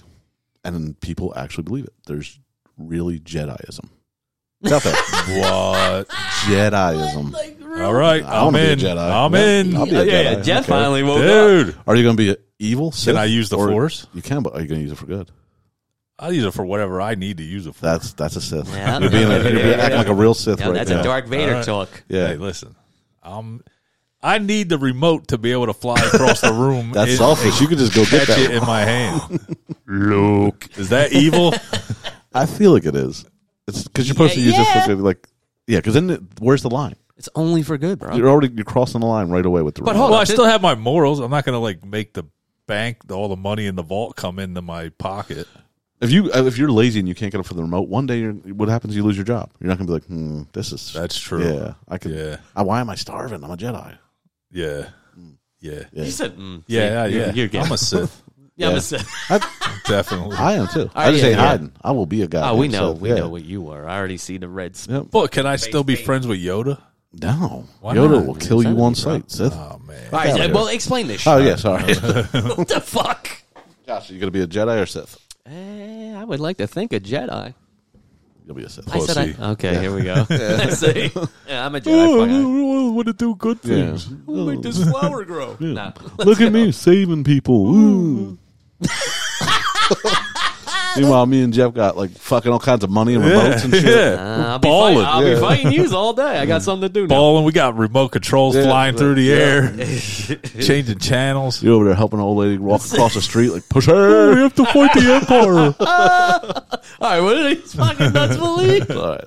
S1: and people actually believe it. There's really Jediism, Nothing.
S2: What?
S1: Jediism.
S2: All right,
S1: I
S2: I'm
S1: wanna be a
S2: in.
S1: Jedi.
S2: I'm
S1: Yeah,
S2: in.
S1: I'll be a
S3: Yeah, yeah,
S1: Jedi.
S3: yeah, Jeff
S1: Okay.
S3: finally woke up.
S2: Dude,
S1: Are you going to be a evil? Sith,
S2: I use the
S1: or-
S2: Force?
S1: You can, but are you going to use it for good?
S2: I'll use it for whatever I need to use it for.
S1: That's that's a Sith.
S3: Yeah.
S1: you're being, a, you're being
S3: Yeah.
S1: acting like a real Sith
S3: Yeah,
S1: right
S3: that's
S1: now.
S3: a Dark Vader
S2: All right.
S3: talk.
S1: yeah,
S2: Hey, listen, I'm. I need the remote to be able to fly across the room.
S1: that's
S2: and
S1: selfish. You could just go get
S2: Catch
S1: that.
S2: it in my hand. Luke, is that evil?
S1: I feel like it is. It's because you're supposed
S3: Yeah,
S1: to use
S3: yeah.
S1: it for like, yeah. Because then it, where's the line?
S3: It's only for good, bro.
S1: You're already you're crossing the line right away with the.
S3: But
S1: remote.
S3: hold
S2: well,
S3: on,
S2: I
S3: this-
S2: still have my morals. I'm not going to like make the bank all the money in the vault come into my pocket.
S1: if you if you're lazy and you can't get up for the remote, one day you're, what happens? You lose your job. You're not going to be like, hmm, this is
S2: That's true.
S1: yeah. I could.
S2: Yeah.
S1: I, why am I starving? I'm a Jedi.
S2: Yeah. Yeah. Yeah.
S3: You said, mm,
S2: Yeah.
S3: you're-
S2: yeah.
S3: you're good.
S2: I'm a Sith.
S3: yeah, I'm
S1: yeah.
S3: a Sith.
S2: Definitely.
S1: I am too.
S3: right,
S1: I just
S3: Oh, yeah,
S1: ain't
S3: yeah.
S1: hiding. I will be a guy.
S3: Oh, we know, we know what you are. I already see the red. Sp-
S2: but can I still be friends with Yoda?
S1: No,
S2: Why
S1: Yoda
S2: not?
S1: will kill you on sight, Sith.
S2: Oh man.
S3: All right,
S1: Yeah.
S3: well, explain this.
S1: Oh
S3: shit.
S1: yeah, sorry.
S3: what the fuck?
S1: Josh, are you gonna be a Jedi or Sith?
S3: Eh, I would like to think a Jedi.
S1: You'll be a Sith.
S3: I said I-
S2: Pussy.
S3: okay, here we go. See? Yeah, I'm a
S1: Oh,
S3: Jedi.
S2: want to do good
S1: Yeah.
S3: Fuck. Make this flower grow. Nah.
S1: Look at me saving people. Ooh. Meanwhile, me and Jeff got like fucking all kinds of money and remotes and shit.
S2: Yeah.
S3: Uh, I'll, be
S2: Ballin'.
S3: fighting, I'll be
S1: Yeah.
S3: fighting yous all day. I got something to do now.
S2: Balling. We got remote controls
S1: Yeah.
S2: flying through the air, changing channels.
S1: You're over there helping an old lady walk across the street, like push her.
S2: have to fight the empire.
S3: All right, what did these fucking nuts believe?
S1: All right.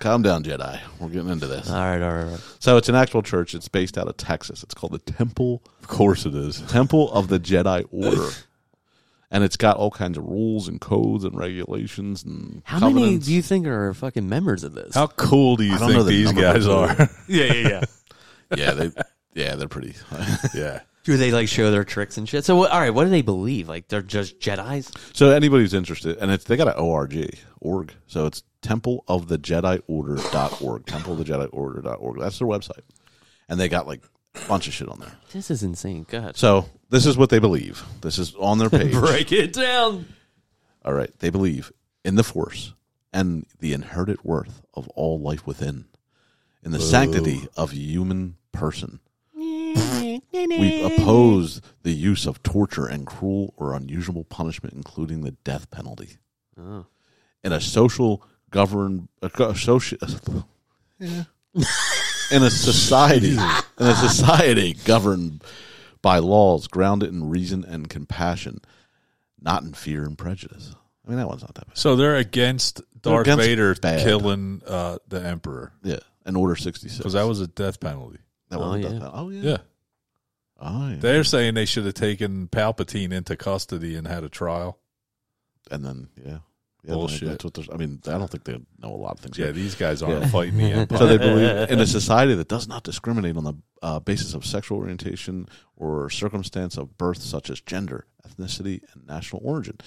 S1: Calm down, Jedi. We're getting into this.
S3: All right, all right, all right.
S1: So it's an actual church. It's based out of Texas. It's called the Temple
S2: Of course it is.
S1: Temple of the Jedi Order, and it's got all kinds of rules and codes and regulations and
S3: How many
S1: covenants.
S3: do you think are fucking members of this?
S2: How cool do you
S1: I don't know
S2: think
S1: the
S2: these
S1: number,
S2: guys
S1: but-
S2: are?
S3: yeah, yeah, yeah.
S1: yeah, they yeah they're pretty.
S2: yeah.
S3: Do they like show their tricks and shit? So, what, all right, what do they believe? Like they're just Jedi's?
S1: So anybody who's interested, and it's they got an org org. So it's Temple of the Jedi Order dot org. Temple of the Jedi Order dot org. That's their website, and they got like a bunch of shit on there.
S3: This is insane. God,
S1: So this is what they believe. This is on their page.
S3: break it down.
S1: All right, they believe in the Force and the inherited worth of all life within, in the sanctity of human person. We oppose the use of torture and cruel or unusual punishment, including the death penalty.
S3: Oh.
S1: In a social govern, a co- soci- in a society, in a society governed by laws grounded in reason and compassion, not in fear and prejudice. I mean, that one's not that bad.
S2: So they're against Darth
S1: against
S2: Vader
S1: bad.
S2: killing uh, the Emperor
S1: Yeah, in Order sixty six.
S2: because that was a death penalty.
S1: oh,
S3: Oh, yeah.
S1: yeah. oh yeah,
S2: Yeah.
S1: oh yeah,
S2: They're saying they should have taken Palpatine into custody and had a trial.
S1: and then yeah, yeah
S2: Bullshit.
S1: That's what there's- I mean, I don't think they know a lot of things.
S2: Yeah,
S1: here.
S2: these guys aren't
S1: Yeah.
S2: fighting the Empire.
S1: So they believe in a society that does not discriminate on the uh, basis of sexual orientation or circumstance of birth, such as gender, ethnicity, and national origin.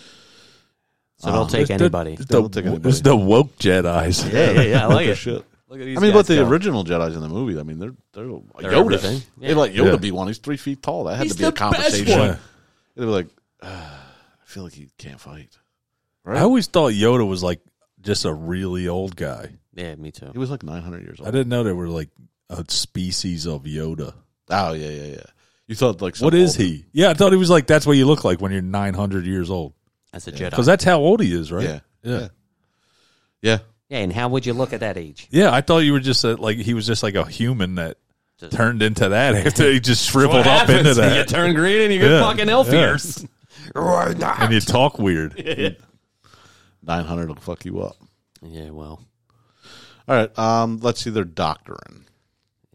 S3: So they'll
S1: Um,
S3: take
S2: It's the-
S3: anybody.
S2: it's
S1: They'll
S2: the-
S1: take anybody.
S2: it's the woke Jedi's.
S3: Yeah, yeah, yeah. I like it.
S1: Shit.
S3: Look at these
S1: I mean, but
S3: guys
S1: the
S3: go.
S1: original Jedi's in the movie. I mean, they're they're,
S3: They're
S1: Yoda.
S3: everything.
S1: They let Yoda
S2: Yeah.
S1: be one. He's three feet tall. That had
S3: He's
S1: to be a
S3: the best
S1: conversation.
S2: Yeah.
S1: They'd be like, "Ah, I feel like he can't fight. Right?
S2: I always thought Yoda was like just a really old guy.
S3: Yeah, me too.
S1: he was like nine hundred years old.
S2: I didn't know there were like a species of Yoda.
S1: Oh yeah, yeah, yeah. You thought like some
S2: What is
S1: old-
S2: he? Yeah, I thought he was like that's what you look like when you're 900 years old
S3: That's a
S2: because
S3: Jedi.
S2: that's how old he is, right?
S1: Yeah,
S2: yeah,
S1: yeah, yeah.
S3: Yeah, and how would you look at that age?
S2: Yeah, I thought you were just a, like he was just like a human that
S3: Just-
S2: turned into that after he just shriveled up into
S3: You
S2: that,
S3: turn green and you get
S2: Yeah,
S3: fucking elf
S2: yeah.
S3: ears.
S2: and you talk weird.
S1: Nine hundred will fuck you up.
S3: Yeah, well,
S1: All right. Um, let's see their doctrine.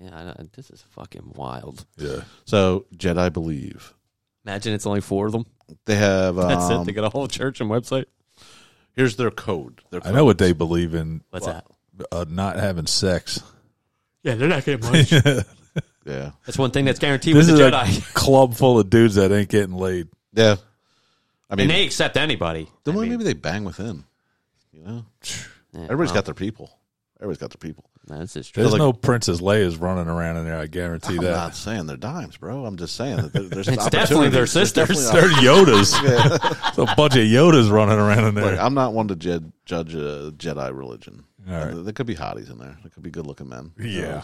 S3: yeah, I don't- this is fucking wild.
S2: Yeah,
S1: So Jedi believe
S3: Imagine it's only four of them.
S1: they have. Um,
S3: That's it. They got a whole church and website.
S1: Here's their code. Their
S2: I
S1: code.
S2: know what they believe in:
S3: What's that?
S2: uh, not having sex.
S3: Yeah, they're not getting much.
S1: Yeah,
S3: that's one thing that's guaranteed
S2: This is
S3: with the
S2: a
S3: Jedi.
S2: club full of dudes that ain't getting laid.
S1: yeah. I mean,
S3: and they accept anybody.
S1: the way maybe they bang within. You know,
S3: Yeah,
S1: everybody's
S3: well,
S1: got their people. Everybody's got their people.
S3: no, this is true.
S2: There's
S1: like-
S2: no Princess Leia's running around in there. I guarantee
S1: I'm
S2: that.
S1: not saying they're dimes, bro. I'm just saying that there- there's
S3: It's
S1: opportunities.
S3: definitely their
S1: There's
S3: sisters.
S1: definitely
S2: They're Yodas. It's a bunch of Yodas running around in there.
S1: Look, I'm not one to jed- judge a Jedi religion.
S2: All right.
S1: There could be hotties in there. There could be good looking men.
S2: Yeah.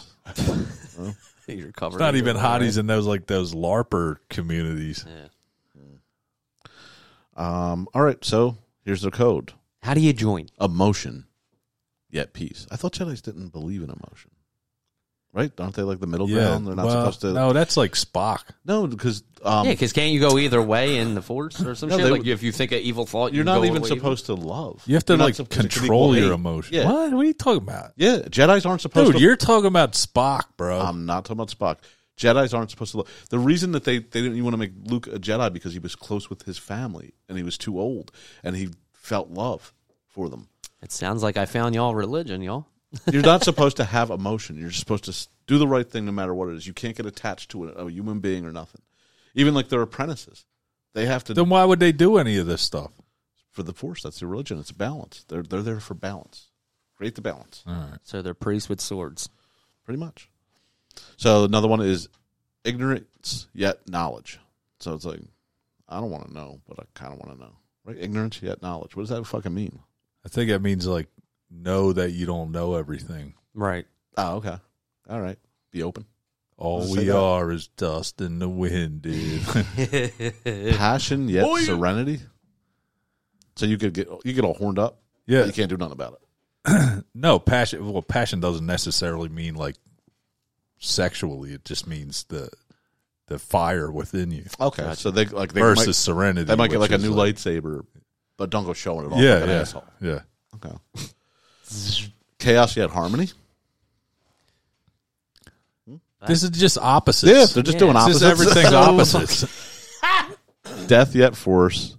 S3: You're covered.
S2: It's not even hotties in those like those LARPer communities.
S3: Yeah.
S1: Um, all right. So here's the code
S3: How do you join?
S1: emotion, yet peace. I thought Jedi's didn't believe in emotion. Right? Aren't they like the middle ground? They're not
S2: well,
S1: supposed to.
S2: No, that's like Spock.
S1: No, because um,
S3: yeah, because can't you go either way in the force or some
S1: No,
S3: shit?
S1: they
S3: Like
S1: would-
S3: if you think an evil thought, you
S1: you're not
S3: go
S1: even
S3: away-
S1: supposed to love.
S2: You have to
S1: You're not
S2: like
S1: supposed to
S2: control
S1: equal
S2: your
S1: hate.
S2: emotion.
S1: Yeah.
S2: What? What are you talking about?
S1: Yeah, Jedi's aren't supposed
S2: Dude,
S1: to.
S2: you're talking about Spock, bro.
S1: I'm not talking about Spock. Jedi's aren't supposed to. Love. The reason that they they didn't want to make Luke a Jedi because he was close with his family and he was too old and he felt love for them.
S3: It sounds like I found y'all religion, y'all.
S1: You're not supposed to have emotion. You're supposed to s- do the right thing no matter what it is. You can't get attached to a, a human being or nothing. Even like their apprentices, they have to
S2: then why would they do any of this stuff?
S1: for the Force. That's their religion. It's balance. They're they're there for balance. Create the balance.
S2: All right.
S3: So they're priests with swords.
S1: pretty much. So another one is ignorance yet knowledge. So it's like I don't want to know, but I kind of want to know. Right? Ignorance yet knowledge. What does that fucking mean?
S2: I think that means like know that you don't know everything.
S3: Right.
S1: Oh, okay. All right. Be open.
S2: All
S1: Does it say
S2: we
S1: that?
S2: are is dust in the wind, dude.
S1: Passion yet
S2: Boy.
S1: serenity. So you could get you get all horned up. but
S2: yeah.
S1: You can't do nothing about it.
S2: No, passion well, passion doesn't necessarily mean like sexually. It just means the the fire within you.
S1: Okay. So they like they
S2: versus
S1: might,
S2: serenity.
S1: they might get
S2: which
S1: like a
S2: is,
S1: new lightsaber, but don't go showing it off
S2: Yeah,
S1: like an
S2: yeah,
S1: asshole.
S2: yeah.
S1: Okay. Chaos yet harmony.
S2: This is just opposites.
S1: Yeah, they're just
S3: Yeah.
S1: doing opposites.
S3: It's
S2: This is everything's
S1: So-
S2: opposites.
S1: death yet force.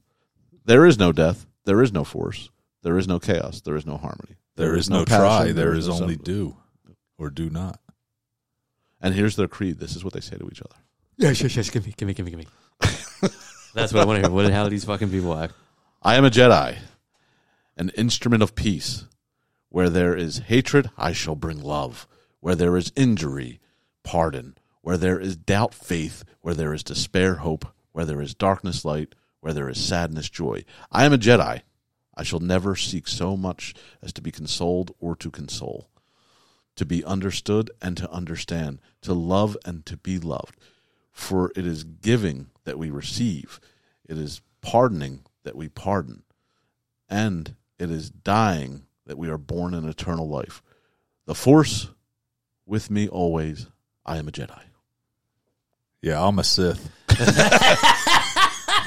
S1: There is no death. There is no force. There is no chaos. There is no harmony.
S2: There is no
S1: passion.
S2: try. There is
S1: no
S2: only
S1: something.
S2: do or do not.
S1: And here's their creed. This is what they say to each other.
S3: Yes, yes, yes. Give me, give me, give me, give me. That's what I want to hear. What, how do these fucking people act?
S1: I am a Jedi, an instrument of peace. Where there is hatred, I shall bring love. Where there is injury, pardon. Where there is doubt, faith. Where there is despair, hope. Where there is darkness, light. Where there is sadness, joy. I am a Jedi. I shall never seek so much as to be consoled or to console, to be understood and to understand, to love and to be loved. For it is giving that we receive, it is pardoning that we pardon, and it is dying that we are born in eternal life. The Force with me always. I am a Jedi.
S2: Yeah, I'm a Sith.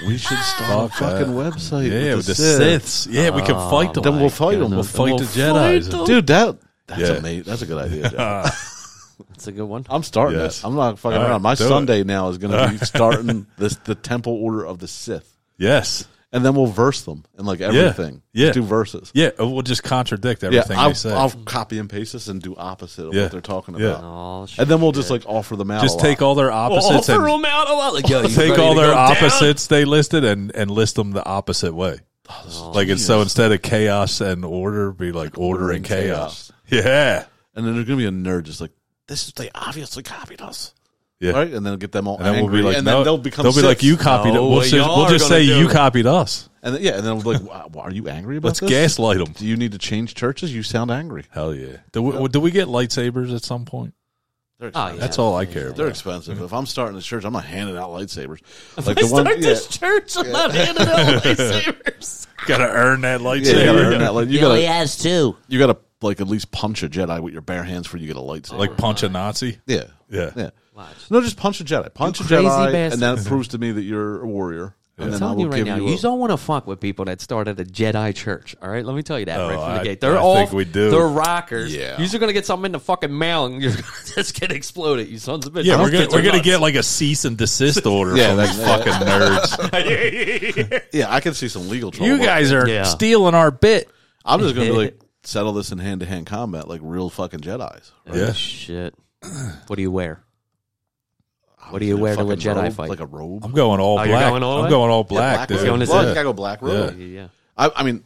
S1: We should start
S2: Fuck
S1: a fucking
S2: that.
S1: website.
S2: Yeah,
S1: with Oh,
S2: with
S1: the, Sith. Ah,
S2: Siths. Yeah, we can
S3: Oh,
S2: fight them.
S1: Then we'll fight them.
S3: goodness.
S1: We'll
S2: We'll fight
S1: fight
S2: the Jedi's.
S1: them. Dude, that that's
S2: Yeah.
S1: amazing. That's a good idea. Jeff.
S2: Uh,
S3: That's a good one.
S1: I'm starting
S2: Yes.
S1: this. I'm not fucking
S2: All right,
S1: around. My
S2: do it.
S1: Sunday now is going to be starting this the Temple Order of the Sith,
S2: yes.
S1: and then we'll verse them and like everything.
S2: Yeah.
S1: Just do verses.
S2: Yeah, uh, we'll just contradict
S1: Yeah,
S2: everything
S1: I'll,
S2: they say.
S1: I'll copy and paste this and do opposite of
S2: Yeah.
S1: what they're talking
S2: Yeah.
S1: about.
S3: Oh, shit.
S1: And then we'll just like offer them out.
S2: just
S1: a
S2: take
S1: lot.
S2: all their opposites and
S3: them out Oh, a while ago.
S2: take all their opposites they listed and, and list them the opposite way.
S1: Oh,
S2: like it's so instead of chaos and order, be like order and chaos. Yeah.
S1: and then there's gonna be a nerd just like this is they obviously copied us,
S2: Yeah.
S1: right? And then get them all
S2: And then
S1: angry,
S2: we'll be like,
S1: and
S2: no,
S1: then they'll become
S2: be like,
S1: Siths.
S2: you copied
S3: No,
S2: it. We'll
S3: what
S2: just, we'll
S3: y'all
S2: just
S3: are
S2: say
S3: gonna
S2: you
S3: do.
S2: copied us.
S1: and then, yeah, and then we'll be like, wow, wow, are you angry about
S2: Let's
S1: this?
S2: gaslight them.
S1: Do you need to change churches? You sound angry.
S2: Hell yeah. Do we, do we get lightsabers at some point?
S1: They're
S3: Oh,
S1: expensive.
S3: yeah.
S2: That's all I care
S1: They're
S2: about.
S1: expensive. If I'm starting a church, I'm not handing out lightsabers.
S3: If I start this church, I'm not handing out lightsabers.
S2: Gotta earn that
S1: yeah, you gotta earn
S2: lightsaber.
S1: that. Like, you
S3: He only
S1: gotta,
S3: has two.
S1: you gotta like at least punch a Jedi with your bare hands before you get a lightsaber.
S2: Like punch a Nazi.
S1: yeah,
S2: Yeah.
S1: yeah.
S3: Watch.
S1: No, just punch a Jedi. Punch
S3: You
S1: a
S3: crazy
S1: Jedi,
S3: bastard.
S1: and that proves to me that you're a warrior. And
S3: I'm
S1: then I
S3: telling
S1: will
S3: you right
S1: give
S3: now,
S1: you.
S3: you,
S1: a-
S3: don't want to fuck with people that started a Jedi church. All right, let me tell you that right from the
S2: Oh, I-
S3: gate. They're
S2: I
S3: all
S2: think we do.
S3: They're rockers.
S1: Yeah.
S3: you're gonna get something in the fucking mail, and you're just gonna explode it. You sons of bitches.
S2: Yeah,
S3: Those
S2: we're gonna
S3: kids are
S2: we're gonna
S3: nuts.
S2: get like a cease and desist order
S1: Yeah,
S2: from
S1: that's-
S2: these fucking nerds.
S1: yeah, I can see some legal trouble.
S2: You guys are
S3: Yeah.
S2: stealing our bit.
S1: I'm just gonna be like settle this in hand to hand combat, like real fucking Jedi's.
S3: Oh,
S2: Yeah.
S3: shit. What do you wear? What do you wear to Oh, a
S1: Fucking
S3: Jedi
S1: robe,
S3: fight?
S1: Like a robe.
S2: I'm going all
S3: Oh, you're
S2: black.
S3: going all
S2: I'm
S3: the way?
S2: going all black,
S1: robe.
S2: dude.
S3: going to
S1: Black,
S2: Yeah.
S1: I go black robe.
S3: yeah.
S1: I, I mean,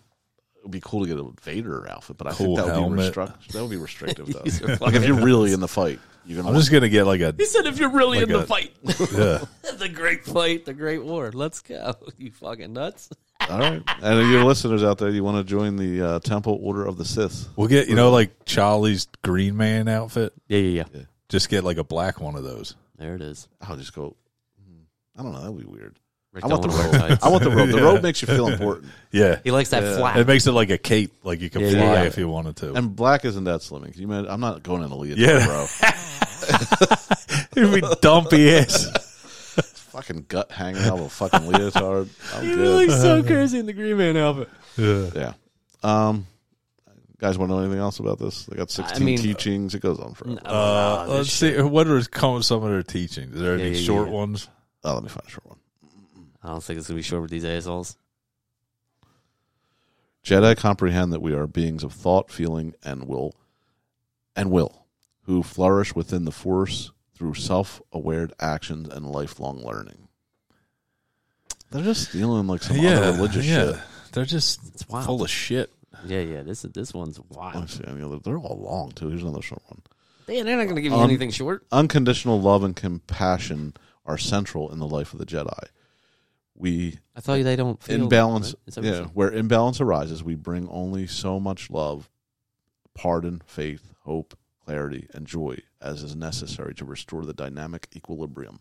S1: it'd be cool to get a Vader outfit, but I think
S2: Cool
S1: that would, be
S2: helmet.
S1: restrict- that would be restrictive, though.
S3: These are
S1: like,
S3: fucking
S1: if you're really in the fight, you're going
S2: I'm
S1: to.
S2: just gonna get like a
S3: He said, "If you're really
S2: Like
S3: in
S2: a-
S3: the fight,
S2: yeah.
S3: the great fight, the great war, let's go." You fucking nuts.
S1: All right. And if your listeners out there, you want to join the uh, Temple Order of the Sith?
S2: We'll get you know like Charlie's Green Man outfit.
S3: Yeah, yeah, yeah.
S2: Just get like a black one of those.
S3: There it is.
S1: I'll just go. hmm, I don't know. That'd be weird.
S3: Rick
S1: I want the
S3: Dolan
S1: robe.
S3: wear tights.
S1: I want the robe. The robe makes you feel important.
S2: Yeah,
S3: He likes that flap.
S2: it makes it like a cape, like you can
S3: Yeah,
S2: fly
S3: yeah, yeah.
S2: if you wanted to.
S1: And black isn't that slimming. Can you imagine? I'm not going in a leotard,
S2: Yeah.
S1: bro.
S2: It'd be dumpy ass.
S1: fucking gut hanging out of a fucking leotard. I'm
S3: He
S1: good.
S3: looks so crazy in the Green Man outfit.
S1: Yeah. Um, guys, want to know anything else about this? They got 16
S3: mean-
S1: teachings. It goes on forever.
S2: Uh, let's see. What are some some of their teachings? Is there
S3: Yeah,
S2: any
S3: yeah,
S2: short
S3: yeah.
S2: ones?
S1: Oh, let me find a short one.
S3: I don't think it's gonna be short with these assholes.
S1: Jedi comprehend that we are beings of thought, feeling, and will, and will, who flourish within the Force through self-aware actions and lifelong learning. They're just stealing like some other religious shit.
S2: They're just
S3: It's wild.
S2: full of shit.
S3: Yeah, yeah. This this one's
S1: Let me
S3: wild.
S1: see any other. They're all long too. Here's another short one.
S3: Damn, they're not gonna give you
S1: Um,
S3: anything short.
S1: Unconditional love and compassion are central in the life of the Jedi. We
S3: I thought they don't feel
S1: imbalance
S3: right? Is that what
S1: yeah
S3: you said?
S1: where imbalance arises we bring only so much love pardon faith hope clarity and joy as is necessary to restore the dynamic equilibrium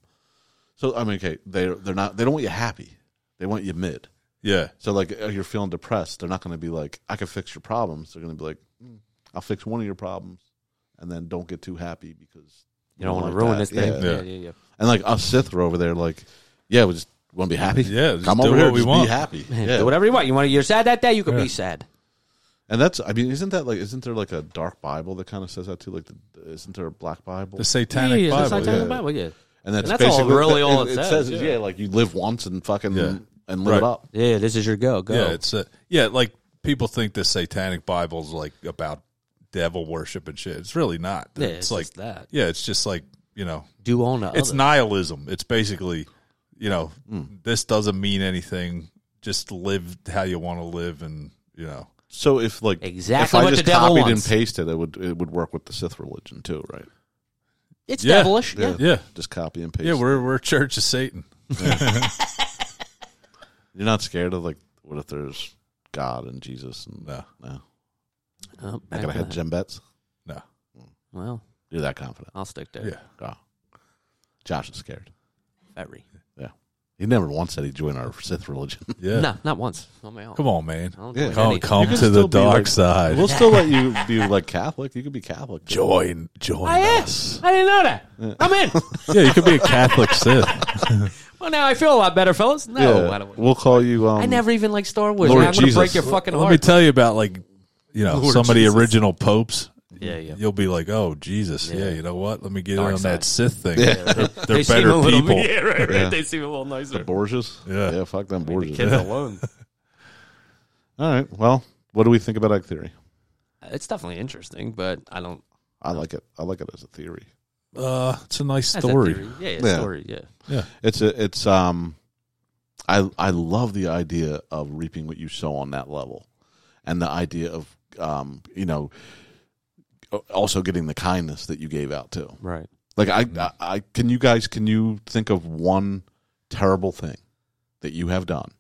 S1: so i mean okay they they're not they don't want you happy they want you mid
S2: Yeah,
S1: so like if you're feeling depressed they're not going to be like i can fix your problems they're going to be like "Mm, i'll fix one of your problems and then don't get too happy because
S3: You don't want to
S1: like
S3: ruin
S1: that.
S3: this thing.
S2: Yeah.
S3: Yeah, yeah, yeah.
S1: and like us sith are over there like yeah we just want to be happy
S2: Yeah, just
S1: come
S2: do
S1: over
S2: what
S1: here
S2: we
S1: just
S2: want.
S1: be happy
S3: Do
S1: yeah
S3: whatever you want. You want to, you're sad that day, you can be sad.
S1: And that's, I mean, isn't that like, isn't there like a dark Bible that kind of says that too? Like, the, isn't there a black Bible?
S2: the Satanic
S3: yeah, yeah,
S2: Bible.
S3: it's like that in the
S1: yeah.
S3: Bible, yeah.
S1: and that's,
S3: that's all
S1: basically
S3: really all it says,
S1: is,
S3: yeah.
S1: yeah. like you live once and fucking
S2: Yeah.
S1: and live
S2: Right.
S1: it up.
S3: Yeah, this is your go. Go.
S2: Yeah, it's a, yeah. Like people think the Satanic Bible's like about devil worship and shit. It's really not.
S3: Yeah,
S2: it's,
S3: it's
S2: like
S3: just that.
S2: Yeah, it's just like you know,
S3: Do on the Hmm.
S2: it's
S3: other.
S2: nihilism. It's basically you know, this doesn't mean anything. Just live how you want to live, and you know,
S1: So if like,
S3: Exactly
S1: if I
S3: what the
S1: just
S3: devil
S1: copied
S3: wants.
S1: and pasted, it would, it would work with the Sith religion too, right?
S3: It's
S2: Yeah.
S3: devilish. Yeah.
S2: yeah,
S1: Just copy and paste.
S2: yeah. We're we're Church of Satan.
S1: You're not scared of like, what if there's God and Jesus and
S2: No,
S1: no,
S3: Oh,
S1: not gonna have Jim Betts.
S2: no.
S3: well,
S1: You're that confident.
S3: I'll stick there.
S2: Yeah,
S1: Oh. Josh is scared.
S3: Very.
S1: Yeah. He never once said he'd join our Sith religion.
S2: yeah.
S3: No, not once. On my own.
S2: Come on, man.
S3: I don't
S1: Yeah.
S3: think
S2: Come,
S3: any-
S2: come
S1: can
S2: to the
S1: still be
S2: dark
S1: like-
S2: side.
S1: We'll still let you be like Catholic. You could be Catholic. too.
S2: join, join
S3: I am.
S2: us.
S3: I didn't know that. I'm in.
S2: Yeah, you could be a Catholic Sith.
S3: well, now I feel a lot better, fellas. No, I,
S1: Yeah,
S3: don't,
S1: we'll call you. Um,
S3: I never even like Star Wars.
S1: Lord
S3: man. I'm going to
S1: Jesus.
S3: break your fucking
S2: Let me
S3: heart.
S2: tell you about like, you know,
S1: Lord
S2: some of the
S1: Jesus.
S2: original popes.
S3: yeah, yeah.
S2: You'll be like, oh Jesus, yeah. you know what? Let me get
S3: Dark
S2: in on that Sith thing. They're,
S3: They
S2: they're
S3: seem a
S2: better
S3: little-
S2: people.
S3: Yeah, right, right.
S1: Yeah.
S3: They seem a little nicer.
S1: Borgias.
S2: Yeah.
S1: yeah. Fuck them Borgias.
S3: Kids alone.
S1: All right. Well, what do we think about egg theory?
S3: It's definitely interesting, but I don't.
S1: I like it. I like it as a theory.
S2: Uh, it's a nice
S3: that's a
S2: story.
S3: theory. Yeah, yeah,
S1: Yeah.
S3: story. Yeah.
S1: It's a. It's um. I I love the idea of reaping what you sow on that level, and the idea of um you know also getting the kindness that you gave out too.
S3: Right.
S1: Like I, I, I can you guys can you think of one terrible thing that you have done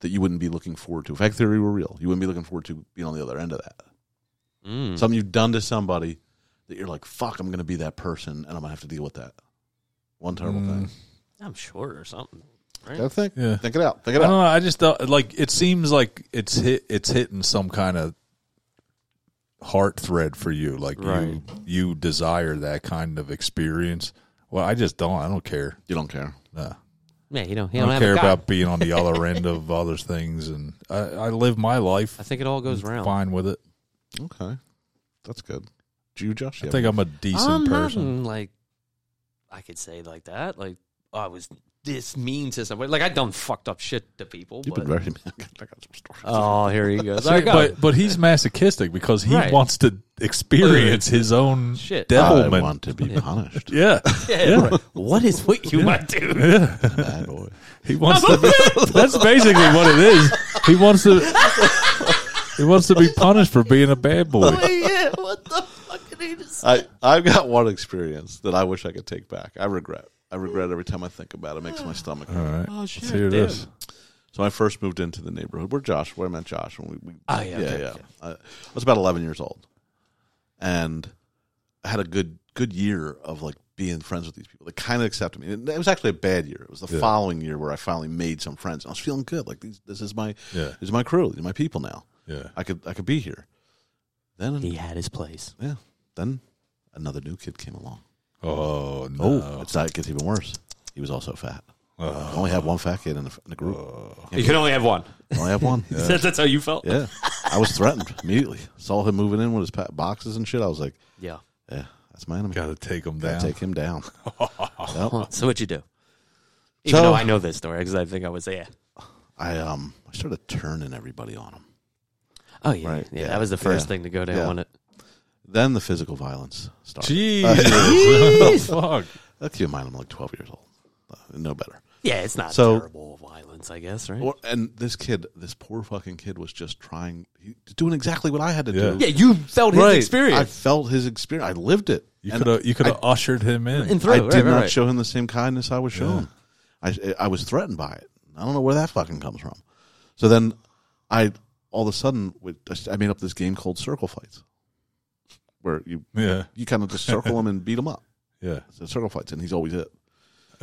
S1: that you wouldn't be looking forward to? If egg theory were real, you wouldn't be looking forward to being on the other end of that.
S2: Hmm.
S3: Mm.
S1: Something you've done to somebody that you're like, fuck, I'm gonna be that person and I'm gonna have to deal with that. One terrible
S2: Mm.
S1: thing.
S3: I'm short or something.
S1: Hmm. Gotta think.
S2: Yeah.
S1: Think it out. Think
S2: I
S1: it
S2: don't know.
S1: out.
S2: I just don't, like it seems like it's hit. It's hitting some kind of heart thread for you. Like
S3: Right.
S2: you, you desire that kind of experience. Well, I just don't. I don't care.
S1: You don't care.
S2: Nah.
S3: Yeah, you don't. You
S2: I
S3: don't,
S2: don't
S3: have
S2: care
S3: a God.
S2: about being on the other end of other things, and I, I live my life
S3: I think it all goes round.
S2: fine with it.
S1: Okay. That's good. Do you Josh?
S2: I think I'm a decent
S3: I'm
S2: person.
S3: Not, like I could say like that. Like oh, I was this mean to somebody. Like I done fucked up shit to people.
S1: you've been
S3: But,
S1: very I got I got some stories.
S3: oh, here he goes.
S2: See,
S3: There we go.
S2: but but he's masochistic because he
S3: Right.
S2: wants to experience his own
S3: Shit.
S1: I
S2: devilment.
S1: want to be punished.
S2: yeah,
S3: Yeah, right. What is what you might do?
S1: Bad boy.
S2: he wants to. Be, that's basically what it is. He wants to. He wants to be punished for being a bad boy.
S3: Oh, yeah, what the fuck did he just?
S1: I I've got one experience that I wish I could take back. I regret. I regret every time I think about it. It makes my stomach.
S2: All
S1: hurt.
S2: right,
S3: Oh shit!
S2: let's hear this.
S1: So I first moved into the neighborhood where Josh, where I met Josh, when we, we
S3: Oh, yeah,
S1: yeah,
S3: okay,
S1: yeah. I, I was about eleven years old, and I had a good good year of like being friends with these people. They kind of accepted me. And it was actually a bad year. It was the following year where I finally made some friends. I was feeling good. Like these, this is my
S2: Yeah.
S1: this is my crew. These are my people now.
S2: Yeah.
S1: I could I could be here. Then
S3: He had his place.
S1: yeah, then another new kid came along.
S2: Oh
S1: Oh,
S2: no. Oh.
S1: it's not, it gets even worse. He was also fat. I only have one fat kid in the, in the group.
S3: You can only have one.
S1: I only have one.
S3: That's how you felt.
S1: Yeah, I was threatened immediately. Saw him moving in with his pa- boxes and shit. I was like,
S3: Yeah.
S1: "Yeah, that's my enemy.
S2: Got to take them down.
S1: Gotta take him down."
S3: Huh,
S1: Yep.
S3: So what you do? Even
S1: So-
S3: though I know this story because I think I was there.
S1: I um, I started turning everybody on him.
S3: Oh yeah,
S1: Right,
S3: yeah,
S1: yeah,
S3: That was the first
S1: yeah,
S3: thing to go down
S1: yeah.
S3: on it.
S1: Then the physical violence started.
S2: Jesus. what the fuck?
S1: Let's keep in mind, I'm like 12 years old. Uh, no better.
S3: Yeah, it's not
S1: So-
S3: terrible violence, I guess, right?
S1: Well, and this kid, this poor fucking kid, was just trying, he, doing exactly what I had to
S2: Yeah.
S1: do.
S3: yeah, you felt his
S2: Right.
S1: I
S3: experience
S1: felt his experience. I lived it.
S2: You
S1: And
S2: could have you could have ushered him in.
S3: and through.
S1: I
S3: right,
S1: did
S3: right,
S1: not
S3: right.
S1: show him the same kindness I was shown. I I was threatened by it. I don't know where that fucking comes from. So then I all of a sudden with- I made up this game called Circle Fights, where you
S2: yeah.
S1: you kind of just circle him and beat him up.
S2: Yeah.
S1: So circle fights, and he's always it.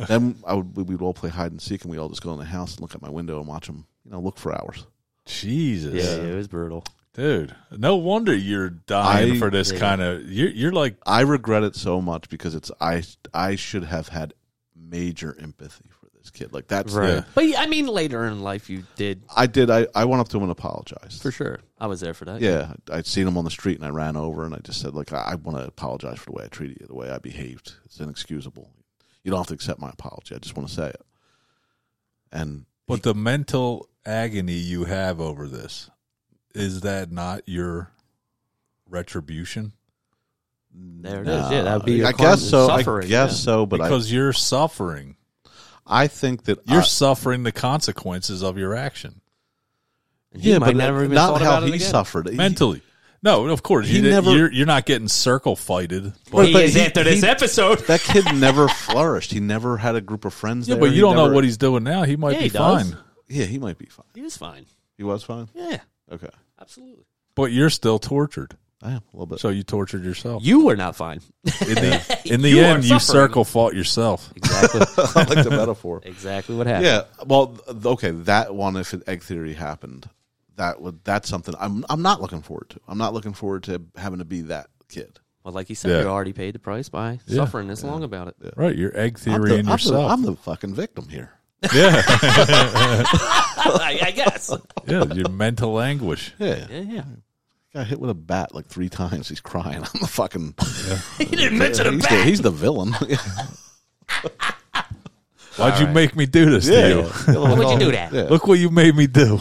S1: Then I would we would all play hide and seek, and we all just go in the house and look at my window and watch him. You know, look for hours.
S2: Jesus.
S3: Yeah, yeah, it was brutal.
S2: Dude, no wonder you're dying
S1: I-
S2: for this
S3: Yeah.
S2: kind of. You're, you're like,
S1: I regret it so much because it's I I should have had major empathy for this kid. Like that's the-
S3: Right.
S2: Yeah.
S3: But yeah, I mean, later in life, you did
S1: I did. I, I went up to him and apologized.
S3: for sure. I was there for that.
S1: Yeah, I'd seen him on the street, and I ran over, and I just said, like, I, I want to apologize for the way I treated you, the way I behaved. It's inexcusable. You don't have to accept my apology. I just want to say it. And
S2: but the mental agony you have over this is that not your retribution?
S3: There it is. Yeah, that would be. Your
S1: uh, I
S3: karma-
S1: guess so.
S3: Suffering,
S1: I
S3: yeah.
S1: guess so. But I,
S2: Because you're suffering.
S1: I think that
S2: You're
S1: I-
S2: suffering the consequences of your action
S3: And he
S1: yeah,
S3: might
S1: but
S3: never even
S1: not
S3: thought
S1: how
S3: about
S1: he
S3: it again.
S1: suffered He-
S2: mentally. No, of course
S1: He
S2: you,
S1: never-
S2: You're, you're not getting circle fighted. But,
S1: But-
S3: He
S1: but
S3: is
S1: he-
S3: after this
S1: he-
S3: episode.
S1: That kid never flourished. He never had a group of friends.
S2: yeah,
S1: there.
S2: but
S1: He
S2: you don't
S1: never-
S2: know what he's doing now. He might
S3: Yeah,
S2: be
S3: he does.
S2: fine,
S1: Yeah, he might be fine.
S3: He was fine.
S1: He was fine.
S3: Yeah,
S1: Okay,
S3: absolutely.
S2: but you're still tortured.
S1: I am a little bit.
S2: So you tortured yourself.
S3: You were not fine.
S2: in the, in the
S3: You are
S2: end, you
S3: suffering.
S2: circle fought yourself.
S3: Exactly.
S1: I like the metaphor.
S3: exactly what happened.
S1: Yeah. Well, th- okay. That one, if an egg theory happened, that would that's something I'm I'm not looking forward to. I'm not looking forward to having to be that kid.
S3: Well, like you said,
S2: Yeah.
S3: you already paid the price by
S2: Yeah.
S3: suffering this long about it.
S2: Right, your egg
S1: I'm
S2: theory
S1: the,
S2: in
S1: I'm the,
S2: yourself.
S1: I'm the fucking victim here.
S2: yeah,
S3: I, I guess.
S2: yeah, your mental anguish.
S1: Yeah.
S3: Yeah, yeah.
S1: Got hit with a bat like three times. He's crying. I'm the fucking.
S3: He didn't mention
S1: he's, the, he's the villain. yeah.
S2: Why'd you make me do this to you?
S3: would you do that?
S1: Yeah.
S2: Look what you made me do.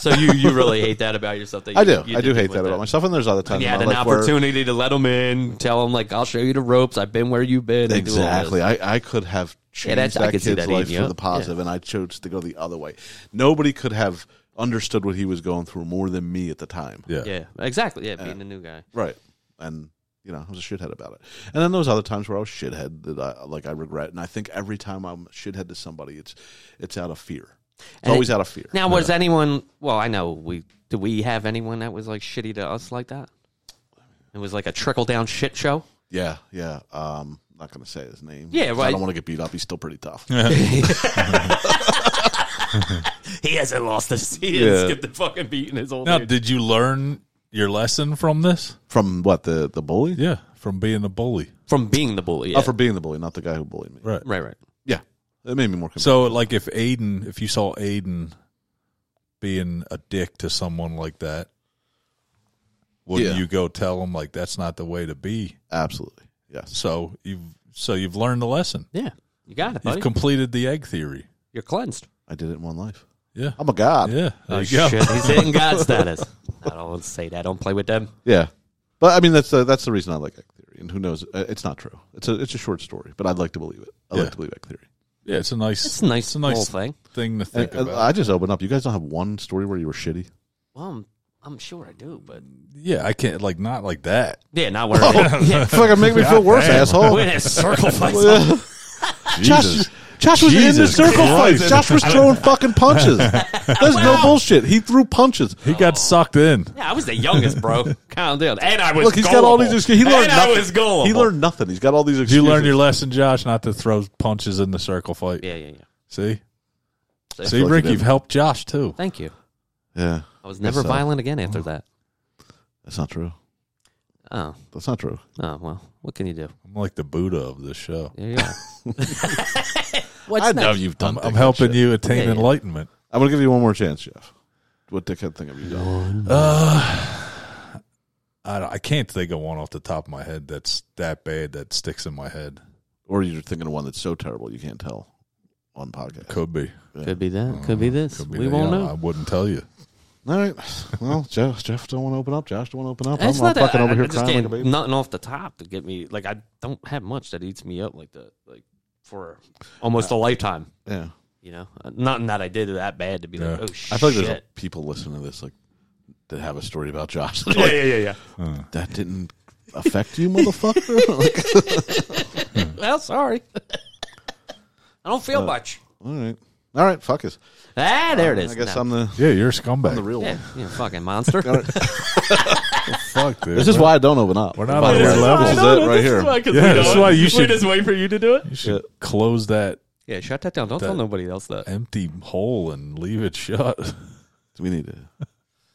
S3: So you, you really hate that about yourself? That you,
S1: I do.
S3: you
S1: I do
S3: did
S1: hate
S3: with
S1: that about myself. And there's other times.
S3: You
S1: in
S3: had
S1: my
S3: an
S1: life where-
S3: opportunity to let him in, tell him like, "I'll show you the ropes. I've been where you've been." and do all this.
S1: Exactly. I, I could have changed
S3: that's- I
S1: that
S3: could
S1: kid's
S3: see that
S1: life
S3: eating you
S1: for
S3: up.
S1: the positive, and I chose to go the other way. Nobody could have understood what he was going through more than me at the time.
S2: Yeah,
S3: Yeah, exactly. Yeah, being the new guy.
S1: Right. And you know, I was a shithead about it. And then those other times where I was shithead that I like I regret. And I think every time I'm shithead to somebody, it's it's out of fear. It's
S3: And
S1: always
S3: it-
S1: out of fear.
S3: Now, was anyone? Well, I know we. Do we have anyone that was like shitty to us like that? It was like a trickle down shit show.
S1: yeah, yeah. Um, not gonna say his name.
S3: Yeah,
S1: 'cause
S3: right.
S1: I don't want to get beat up. He's still pretty tough.
S3: He hasn't lost his. He
S1: Yeah.
S3: the fucking beat in his old
S2: Now, did you learn your lesson from this?
S1: From what the the bully?
S2: Yeah, from being a bully.
S3: from being the bully. Yeah.
S1: Oh, for being the bully, not the guy who bullied me.
S2: Right.
S3: right, right.
S1: Yeah, it made me more. Confused.
S2: So, like, if Aiden, if you saw Aiden being a dick to someone like that, wouldn't
S1: Yeah.
S2: you go tell him like that's not the way to be?
S1: Absolutely. Yes.
S2: So you've so you've learned the lesson.
S3: Yeah, you got it,
S1: Oh,
S3: buddy.
S2: You've completed the egg theory.
S3: You're cleansed.
S1: I did it in one life.
S2: Yeah.
S1: I'm a god.
S2: Yeah. There
S3: Oh,
S2: you go.
S3: shit. He's hitting God status. I don't say that. I don't play with them.
S1: Yeah, but I mean that's the, that's the reason I like egg theory, and who knows? uh, It's not true. It's a it's a short story, but I'd like to believe it. I
S2: Yeah.
S1: like to believe egg theory.
S2: Yeah, it's a nice,
S3: It's a nice,
S2: it's a nice
S3: little thing.
S2: thing to think
S1: And,
S2: about.
S1: uh, I just opened up. You guys don't have one story where you were shitty.
S3: Well, I'm, I'm sure I do, but Oh,
S2: yeah, I can't like not like that.
S3: yeah, not where. I- yeah,
S1: Fucking make me feel worse, asshole.
S3: we're in a circle fight.
S1: Josh, Josh was in the
S2: Jesus
S1: circle
S2: Christ.
S1: fights. Josh was throwing fucking punches. There's no bullshit. He threw punches.
S2: He
S3: Oh.
S2: got sucked in.
S3: Yeah, I was the youngest, bro. Calm down. And I was
S1: Look, he's got all these.
S3: gullible.
S1: Excuses. He learned
S3: and
S1: nothing.
S3: I was gullible.
S1: He learned nothing. He's got all these
S2: Did you
S1: excuses.
S2: learn your lesson, Josh, not to throw punches in the circle fight?
S3: Yeah, yeah, yeah.
S2: See?
S3: See?
S2: See,
S1: Look,
S2: Rick,
S1: you did.
S2: you've helped Josh too.
S3: Thank you.
S1: Yeah,
S3: I was never
S1: so.
S3: violent again after
S1: Mm-hmm.
S3: that.
S1: that's not true.
S3: Oh,
S1: That's not true.
S3: oh well. What can you do?
S2: I'm like the Buddha of this show.
S3: There you are. What's
S1: I
S3: next?
S1: know you've done.
S2: I'm, I'm helping you attain
S3: Yeah, yeah.
S2: enlightenment.
S1: I'm gonna give you one more chance, Jeff. What dickhead thing have you done?
S3: Mm-hmm.
S2: Uh, I, I can't think of one off the top of my head that's that bad that sticks in my head.
S1: Or you're thinking of one that's so terrible you can't tell on podcast.
S2: Could be.
S3: Could be that. Uh, Could
S1: Mm,
S3: be this.
S2: Could be
S3: we
S2: that,
S3: won't
S2: yeah,
S3: know.
S2: I wouldn't tell you.
S1: All right. Well, Jeff, Jeff don't want to open up. Josh don't want to open up.
S3: It's
S1: I'm, I'm
S3: not that-
S1: fucking
S3: I-
S1: over
S3: I
S1: here
S3: just
S1: crying like a
S3: can't-
S1: baby.
S3: Nothing off the top to get me. Like I don't have much that eats me up like that. Like for almost a lifetime.
S1: Yeah.
S3: You know, nothing that I did that bad to be like,
S2: Yeah.
S3: oh shit.
S1: I feel like there's people listening to this like that have a story about Josh. They're
S3: yeah,
S1: like,
S3: yeah, yeah, yeah.
S1: that didn't affect you, motherfucker. Like,
S3: Well, sorry. I don't
S1: Uh,
S3: feel much.
S1: all right. All right. Fuck us.
S3: Ah, there it is.
S1: um, I guess
S3: No.
S1: I'm the
S2: Yeah, you're a scumbag.
S1: the real
S3: Yeah,
S1: one.
S3: you fucking monster.
S2: Fuck, dude.
S1: This is why I don't open up.
S2: We're not
S1: By
S2: on
S1: the
S2: your
S1: way,
S2: level.
S1: This is it right here.
S2: Yeah, that's why you should-
S3: wait for you to do it.
S2: you should close that
S3: Yeah, shut that down. Don't tell nobody else that.
S2: empty hole and leave it shut.
S1: We need to.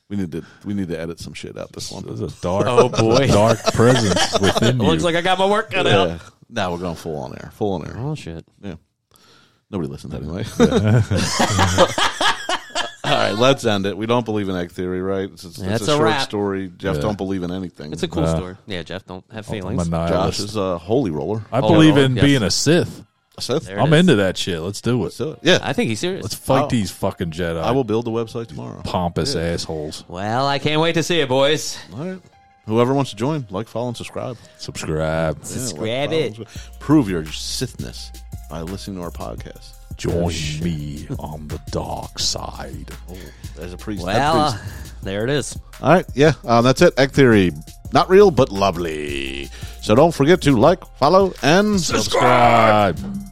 S1: We need to. We need to edit some shit out this one.
S2: There's a dark,
S3: Oh, boy.
S2: dark presence within
S3: It
S2: you.
S3: looks like I got my work cut out.
S1: Yeah. Now we're going full on air. Full on air.
S3: Oh shit.
S1: Yeah. Nobody listens anyway. All right, let's end it. We don't believe in egg theory, right? It's, it's, it's
S3: That's
S1: a,
S3: a
S1: short
S3: wrap.
S1: story. Jeff
S2: Yeah.
S1: don't believe in anything.
S3: It's a cool
S2: Nah.
S3: story. Yeah, Jeff, don't have
S2: I'm a
S3: feelings.
S1: Josh
S2: nihilist.
S1: is a holy roller.
S2: I
S3: Hold
S2: believe
S3: on,
S2: in
S3: yes.
S2: being a Sith.
S1: Seth,
S3: There it
S2: I'm
S3: is. oh.
S2: into that shit. Let's do
S1: let's
S2: it.
S1: do it. Yeah,
S3: I think he's serious.
S2: Let's fight
S1: I'll-
S2: these fucking Jedi.
S1: I will build the website tomorrow.
S2: pompous assholes.
S3: well, I can't wait to see it, boys.
S1: All right. Whoever wants to join, like, follow, and subscribe.
S2: Subscribe.
S1: Yeah, like,
S3: Subscribe
S1: follow,
S3: it.
S1: and subscribe. Prove your Sithness by listening to our podcast.
S2: Join me on the dark side.
S1: Oh, there's a priest.
S3: Well,
S1: That priest.
S3: uh, there it is.
S1: All right, yeah, um, that's it. Egg Theory, not real but lovely. So don't forget to like, follow, and
S2: Subscribe.